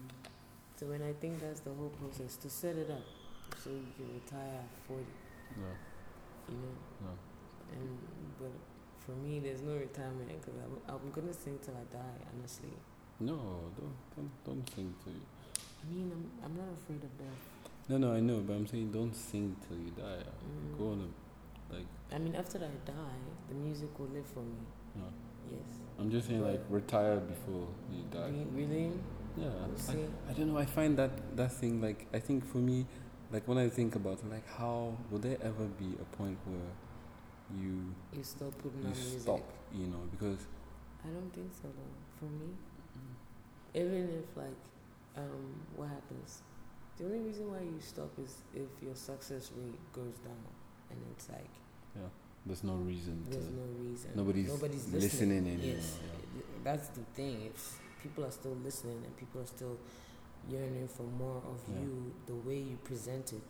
S3: So, when I think that's the whole process to set it up so you can retire at 40,
S2: No.
S3: you know?
S2: No.
S3: And but for me, there's no retirement because I'm, I'm gonna sing till I die. Honestly,
S2: No, don't don't don't sing till you.
S3: I mean, I'm I'm not afraid of death.
S2: No, no, I know, but I'm saying don't sing till you die.
S3: Mm.
S2: Go on, a, like
S3: I mean, after I die, the music will live for me.
S2: no.
S3: Yes.
S2: I'm just saying like retire before you die.
S3: Re- really?
S2: Yeah,
S3: We'll
S2: I,
S3: see.
S2: I don't know. I find that that thing like I think for me, like when I think about like how will there ever be a point where you
S3: You stop putting
S2: you
S3: on music.
S2: stop? You know, because
S3: I don't think so though. For me, even if like, um, what happens? The only reason why you stop is if your success rate goes down, and it's like
S2: there's no reason to.
S3: There's no reason.
S2: Nobody's listening anymore,
S3: Yes, that's the thing. If people are still listening and people are still yearning for more of
S2: Yeah.
S3: you, the way you present it,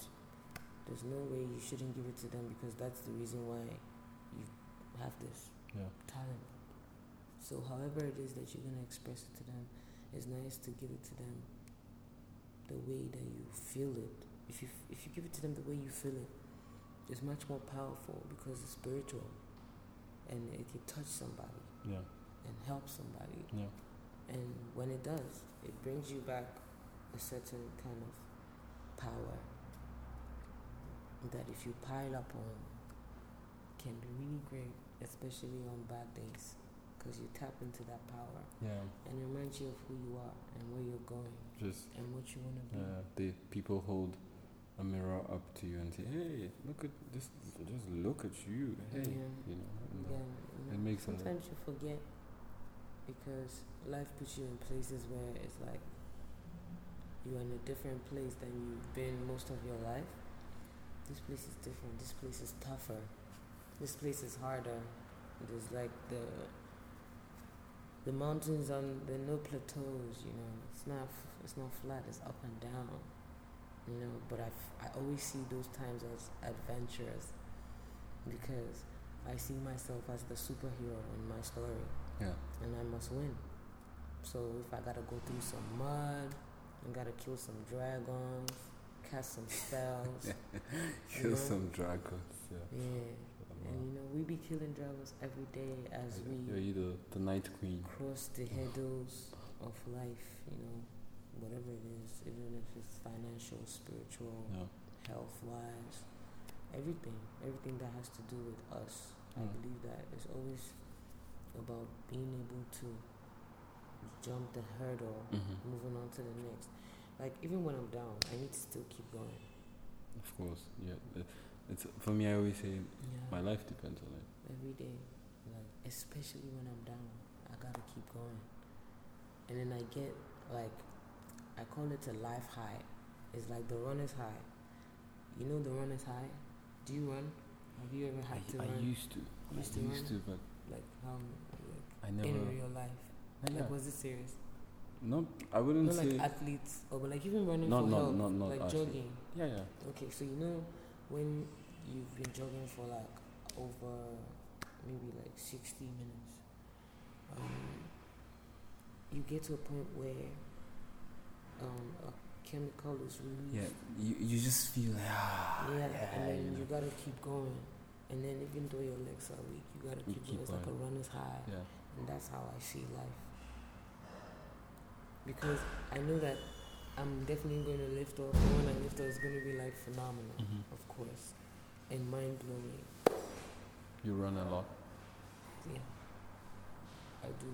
S3: there's no way you shouldn't give it to them because that's the reason why you have this
S2: Yeah.
S3: talent. So, however it is that you're gonna express it to them, it's nice to give it to them the way that you feel it. If you if you give it to them the way you feel it, it's much more powerful because it's spiritual, and it can touch somebody
S2: Yeah,
S3: and help somebody.
S2: yeah,
S3: And when it does, it brings you back a certain kind of power that if you pile up on, can be really great, especially on bad days, because you tap into that power
S2: yeah.
S3: and it reminds you of who you are and where you're going
S2: Just
S3: and what you want to be.
S2: Uh, the people hold a mirror up to you and say, "Hey, look at this! Just look at you! Hey,
S3: Yeah.
S2: you know." and, uh,
S3: Yeah, you know,
S2: It makes a-
S3: sometimes you forget because life puts you in places where it's like you're in a different place than you've been most of your life. This place is different. This place is tougher. This place is harder. It is like the the mountains on there are no plateaus. You know, it's not f- it's not flat. It's up and down. You know, but I f- I always see those times as adventurous because I see myself as the superhero in my story,
S2: Yeah,
S3: and I must win. So if I gotta go through some mud, I gotta kill some dragons, cast
S2: <laughs>
S3: some spells, yeah.
S2: kill
S3: know?
S2: some dragons. Yeah,
S3: And you know we be killing dragons every day as
S2: Yeah,
S3: we
S2: you're either the night queen.
S3: cross the hurdles of life. You know, whatever it is, even if it's financial, spiritual,
S2: Yeah,
S3: health wise, everything, everything that has to do with us. I
S2: Mm.
S3: believe that it's always about being able to jump the hurdle,
S2: Mhm.
S3: moving on to the next. Like even when I'm down, I need to still keep going.
S2: of course. Yeah, it- it's for me. I always say my
S3: Yeah,
S2: life depends on it.
S3: every day, like especially when I'm down, I gotta keep going. And then I get like, I I call it a life high. It's like the runner's high. You know the runner's high? Do you run? Have you ever
S2: I,
S3: had to
S2: I
S3: run?
S2: used to.
S3: Used
S2: I
S3: to
S2: used
S3: run?
S2: to, but
S3: like how like,
S2: I never.
S3: in real life?
S2: Yeah.
S3: Like was it serious?
S2: No, I wouldn't
S3: Not
S2: say.
S3: like athletes or but like even running
S2: Not-
S3: for
S2: not-
S3: health,
S2: not- not
S3: like
S2: athlete.
S3: jogging.
S2: yeah, yeah.
S3: Okay, so you know when you've been jogging for like over maybe like 60 minutes, um, you get to a point where um, a chemical is
S2: Yeah,
S3: released.
S2: you, you just feel like, ah,
S3: Yeah, and
S2: you
S3: then
S2: know.
S3: you gotta keep going. And then even though your legs are weak, you gotta
S2: You keep
S3: keep, going. It's like a
S2: going.
S3: runner's high.
S2: Yeah.
S3: And that's how I see life. Because I know that I'm definitely going to lift off. And when I lift off, it's going to be like phenomenal,
S2: Mhm.
S3: of course, and mind blowing.
S2: You run a lot.
S3: Yeah, I do.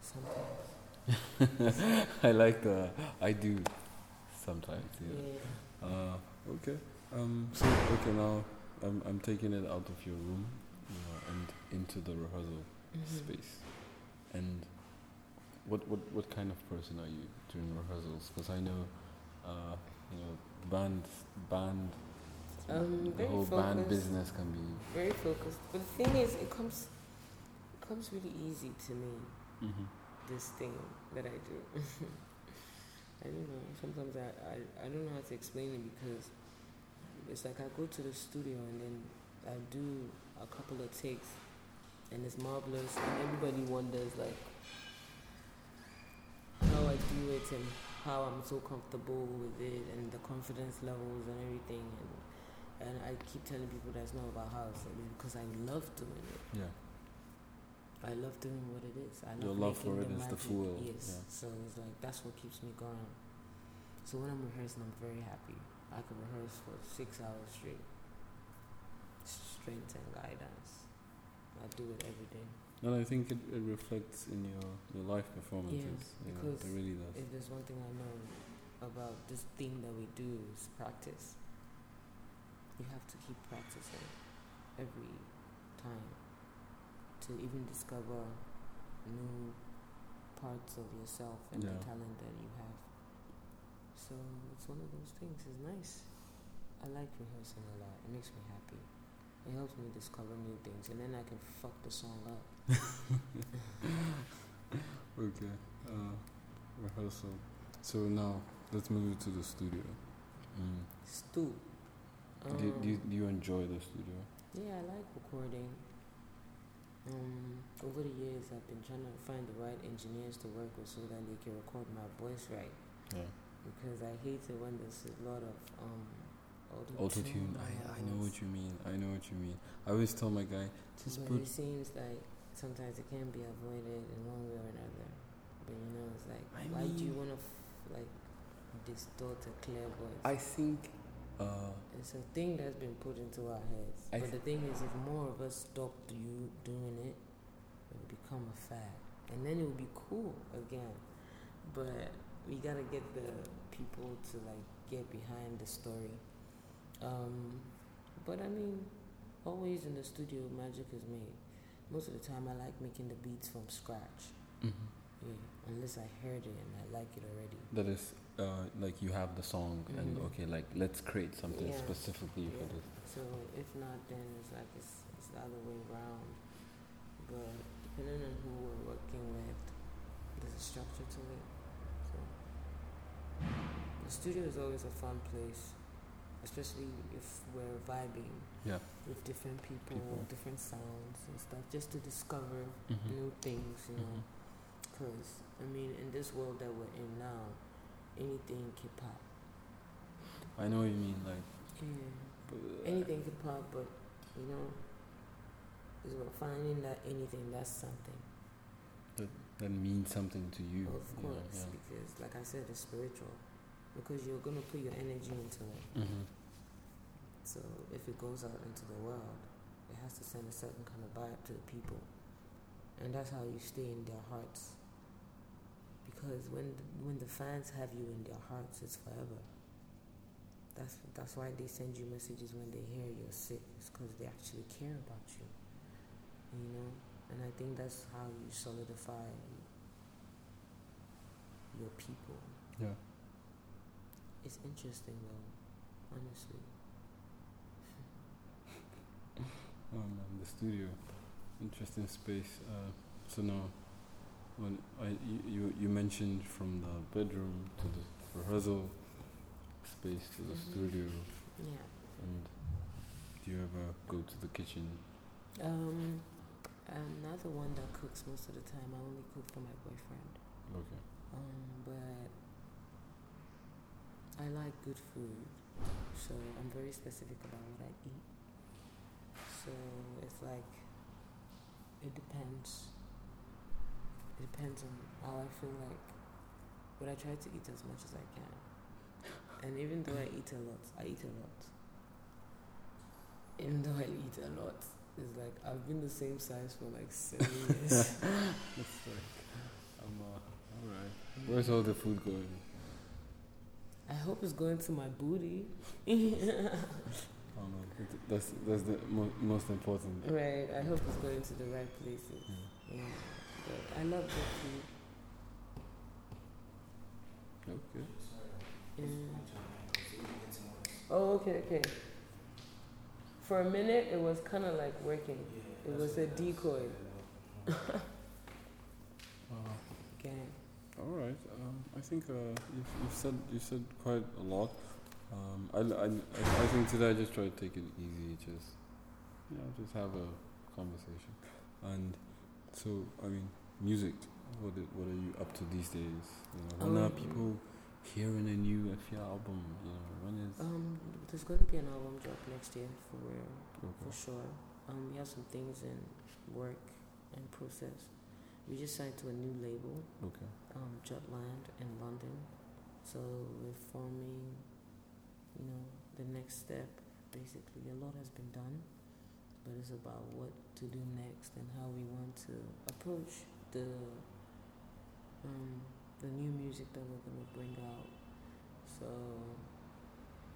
S3: Sometimes.
S2: <laughs> I like the. I do sometimes.
S3: Yeah.
S2: Yeah. Uh, okay. Um. So okay now, I'm I'm taking it out of your room, you know, and into the rehearsal
S3: Mhm.
S2: space. And what what what kind of person are you during rehearsals? Because I know, uh, you know, band band.
S3: Um,
S2: the
S3: very
S2: whole band
S3: focused.
S2: business can be.
S3: Very focused. But the thing is, it comes, it comes really easy to me. this thing that I do. <laughs> I don't know. Sometimes I, I, I don't know how to explain it because it's like I go to the studio and then I do a couple of takes and it's marvelous and everybody wonders like how I do it and how I'm so comfortable with it and the confidence levels and everything and and I keep telling people that's not about how it's because I love doing it.
S2: Yeah.
S3: I love doing what it is. I love
S2: Your love
S3: making
S2: for
S3: the
S2: it is the
S3: magic.
S2: fuel,
S3: Yes.
S2: yeah.
S3: So it's like that's what keeps me going. So when I'm rehearsing, I'm very happy. I could rehearse for six hours straight. Strength and guidance. I do it every day.
S2: And I think it, it reflects in your, your live performances.
S3: Yes,
S2: you know,
S3: because
S2: it really does.
S3: If there's one thing I know about this thing that we do is practice. You have to keep practicing every time to even discover new parts of yourself and
S2: Yeah.
S3: the talent that you have. So it's one of those things. It's nice. I like rehearsing a lot. It makes me happy. It helps me discover new things, and then I can fuck the song up.
S2: okay. Uh, rehearsal. So now let's move to the studio. Mm.
S3: Stu.
S2: do, do, you,
S3: Um,
S2: do you enjoy the studio?
S3: Yeah, I like recording. Um, over the years, I've been trying to find the right engineers to work with so that they can record my voice right.
S2: Yeah.
S3: Because I hate it when there's a lot of um, auto-tune
S2: Auto tune.
S3: on my
S2: I, I know
S3: voice.
S2: what you mean. I know what you mean. I always tell my guy, just
S3: But
S2: put.
S3: it seems like sometimes it can be avoided in one way or another. But you know, it's like,
S2: I
S3: why do you
S2: mean-
S3: want to f- like distort a clear voice?
S2: I think. Uh,
S3: It's a thing that's been put into our heads.
S2: I
S3: but
S2: th-
S3: the thing is, if more of us stop you doing it, it will become a fad, and then it will be cool again. But we gotta get the people to like get behind the story. Um, but I mean, always in the studio, magic is made. Most of the time, I like making the beats from scratch.
S2: mhm.
S3: Yeah, unless I heard it and I like it already.
S2: That is uh, like you have the song, and
S3: Mhm.
S2: okay, like let's create something
S3: Yeah.
S2: specifically
S3: Yeah.
S2: for this.
S3: So if not, then it's like it's, it's the other way around. But depending on who we're working with, there's a structure to it. So the studio is always a fun place, especially if we're vibing
S2: Yeah.
S3: with different people,
S2: People.
S3: different sounds and stuff, just to discover
S2: Mhm.
S3: new things, you know.
S2: Mm-hmm.
S3: Because, I mean, in this world that we're in now, anything can pop.
S2: I know what you mean. Like.
S3: Yeah.
S2: but-
S3: anything could pop, but you know, it's about finding that anything that's something.
S2: that means something to you. you
S3: of
S2: know,
S3: course, because like I said, it's spiritual. Because you're gonna put your energy into it.
S2: yeah. Mhm.
S3: So if it goes out into the world, it has to send a certain kind of vibe to the people, and that's how you stay in their hearts. Because when when the fans have you in their hearts, it's forever. That's that's why they send you messages when they hear you're sick. It's because they actually care about you, you know. And I think that's how you solidify your people.
S2: Yeah.
S3: It's interesting though, honestly. <laughs>
S2: Oh man, the studio, interesting space. Uh, so now, when I you, you you mentioned from the bedroom to the rehearsal space to the
S3: Mhm.
S2: studio,
S3: Yeah.
S2: and do you ever go to the kitchen?
S3: Um, I'm not the one that cooks most of the time. I only cook for my boyfriend.
S2: Okay.
S3: Um, but I like good food, so I'm very specific about what I eat. So it's like it depends. It depends on how I feel like. But I try to eat as much as I can, and even though I eat a lot, I eat a lot. Even though I eat a lot, it's like I've been the same size for like seven years.
S2: That's like, I'm uh, all right. <laughs> Where's all the food going?
S3: I hope it's going to my booty. right,
S2: Oh man, it- that's that's the mo- most important.
S3: I hope it's going to the right places.
S2: Yeah.
S3: Yeah. But I love good
S2: Okay.
S3: food. Yeah. Oh, okay, okay. For a minute, it was kind of like working. It was a decoy.
S2: Uh,
S3: Gang.
S2: All right. Um, I think uh, you've, you've said you said quite a lot. Um, I, I, I- I think today I just try to take it easy. Just you know, just have a conversation. And so I mean, music. What i- what are you up to these days? You know, when are
S3: Um,
S2: people hearing a new Afia album? You know, when is
S3: Um, there's going to be an album drop next year for real.
S2: okay.
S3: for sure. Um, we have some things in work and process. We just signed to a new label,
S2: Okay.
S3: um, Jutland in London. So we're forming, you know, the next step. Basically, a lot has been done, but it's about what to do next and how we want to approach the um, the new music that we're gonna bring out. So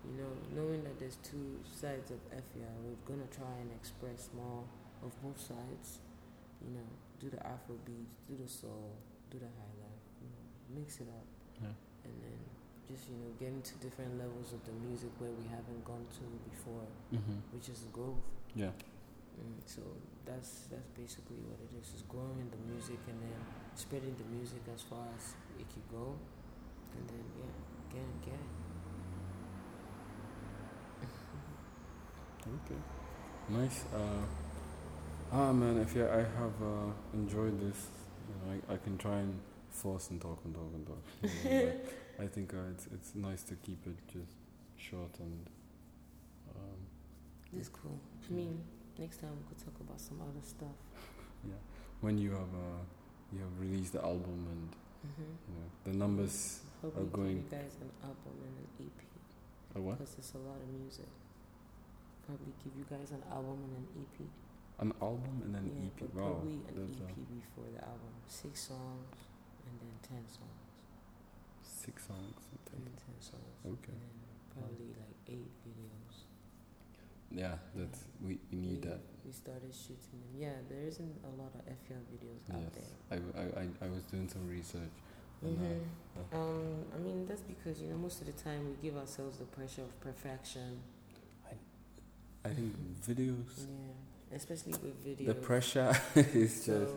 S3: you know, knowing that there's two sides of Effia, we're gonna try and express more of both sides. You know, do the Afro beats, do the soul, do the high life. You know, mix it up,
S2: Yeah.
S3: and then just you know, get into different levels of the music where we haven't gone to before,
S2: Mm-hmm.
S3: which is growth.
S2: Yeah.
S3: Mm, so that's that's basically what it is. It's growing the music and then spreading the music as far as it could go, and then yeah, get it, get it.
S2: Okay. Nice. Uh, ah, man, if yeah, I have uh, enjoyed this. You know, I, I can try and force and talk and talk and talk. you know, but I think uh, it's it's nice to keep it just short and. Um,
S3: That's cool. I mean, next time we could talk about some other stuff.
S2: when you have uh, you have released the album and
S3: Mm-hmm.
S2: you know the numbers
S3: Hope
S2: Are
S3: we
S2: going-
S3: give you guys an album and an EP
S2: are what
S3: because it's a lot of music. Probably give you guys an album and an EP.
S2: an album and an
S3: yeah,
S2: EP.
S3: but
S2: Wow,
S3: probably an
S2: that's, uh,
S3: EP before the album. Six songs and then ten songs
S2: six songs. I
S3: and
S2: think.
S3: then ten songs.
S2: Okay.
S3: And then probably like eight videos.
S2: Yeah, that's we, we need
S3: we,
S2: that.
S3: We started shooting them. Yeah, there isn't a lot of FL videos out
S2: Yes,
S3: there.
S2: I, I, I, I was doing some research. And, uh,
S3: hmm Um, I mean, that's because you know most of the time we give ourselves the pressure of perfection.
S2: I think videos.
S3: Yeah, especially with video.
S2: The pressure <laughs> is
S3: So,
S2: just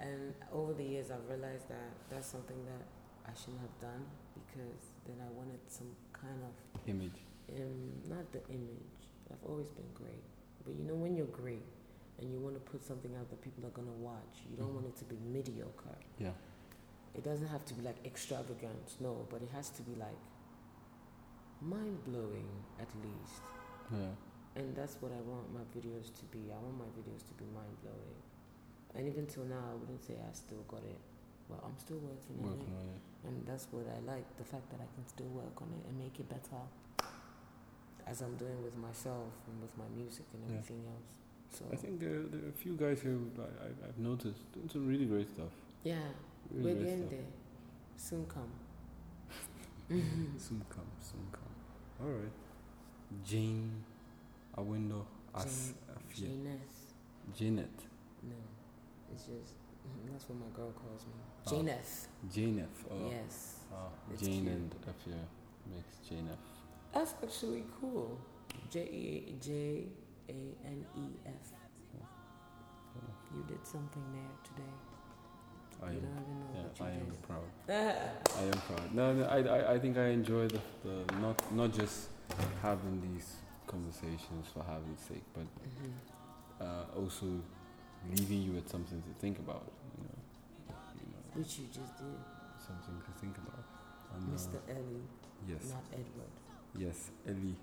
S3: and over the years, I've realized that that's something that I shouldn't have done because then I wanted some kind of
S2: image.
S3: um, not the image. I've always been great, but you know when you're great and you want to put something out that people are gonna watch, you don't
S2: Mhm.
S3: want it to be mediocre.
S2: Yeah.
S3: It doesn't have to be like extravagant, no, but it has to be like mind blowing at least.
S2: Yeah.
S3: And that's what I want my videos to be. I want my videos to be mind blowing. And even till now, I wouldn't say I still got it, but I'm still working on
S2: Working
S3: it.
S2: on it.
S3: And that's what I like the fact that I can still work on it and make it better as I'm doing with myself and with my music and
S2: Yeah.
S3: everything else. So,
S2: I think there, there are a few guys here who I, I, I've noticed doing some really great stuff.
S3: yeah,
S2: Really
S3: we're
S2: great
S3: getting
S2: stuff.
S3: there. Soon come.
S2: <laughs> Soon come, soon come. All right. Jane Awindo as
S3: Jane-
S2: Afia.
S3: Genius.
S2: Janet.
S3: No, it's just <laughs> Mhm, That's what my girl calls me. Jane F.
S2: Jane F. Oh.
S3: Yes.
S2: Wow.
S3: It's
S2: Jane
S3: cute.
S2: and F. Yeah, makes Jane F.
S3: That's actually cool. J E J A N E F.
S2: Oh.
S3: You did something there today.
S2: I
S3: you
S2: am.
S3: don't even know
S2: Yeah,
S3: what you
S2: I am
S3: did.
S2: proud. I am proud. No, no I, I, I think I enjoy the, the not not just having these conversations for having sake, but
S3: <laughs> Mhm.
S2: uh, also leaving you with something to think about. You know, you know,
S3: Which you just did,
S2: something to think about. And, uh,
S3: Mr. Ellie,
S2: Yes,
S3: not Edward.
S2: yes, Ellie,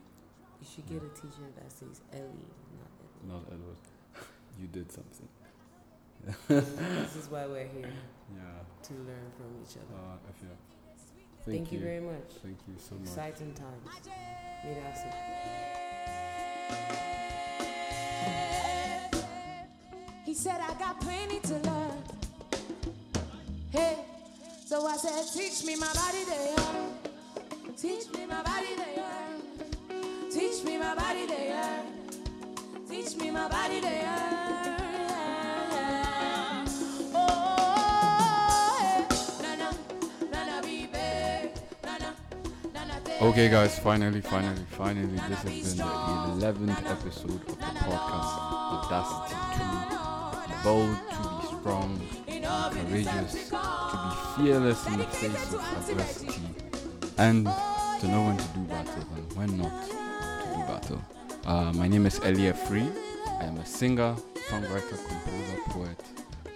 S3: You should get a T-shirt that says Ellie, not Edward.
S2: not Edward. <laughs> you did something.
S3: <laughs> this is why we're here
S2: Yeah.
S3: to learn from each other.
S2: Uh, if you.
S3: Thank, you. very much.
S2: Thank you so much.
S3: Exciting times. Mirazo.
S4: He said, I got plenty to learn. Hey, so I said, teach me my body they yearn. Teach me my body they yearn. Teach me my body they yearn. Teach me my body they yearn. Oh, hey. Nana, nana, be babe. Nana, nana, take
S2: Okay, guys, finally, finally, finally, this has been the 11th episode of the podcast Audacity to be bold, to be strong, to be courageous, to be fearless in the face of adversity, and to know when to do battle and when not to do battle. Uh, my name is Elia Free. I am a singer, songwriter, composer, poet,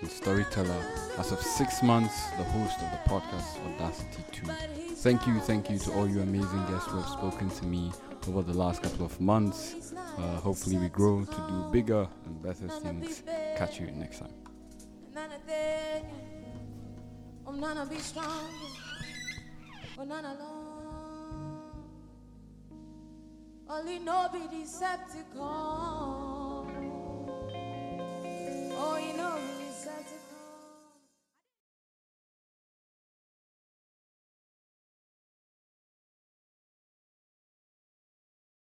S2: and storyteller. As of six months, the host of the podcast Audacity 2. Thank you, thank you to all you amazing guests who have spoken to me over the last couple of months. Uh, hopefully, we grow to do bigger and better things. Catch you next time.
S4: Nana thing. Oh, Nana, be strong. Oh, Nana, long. Only no be Decepticon. Oh,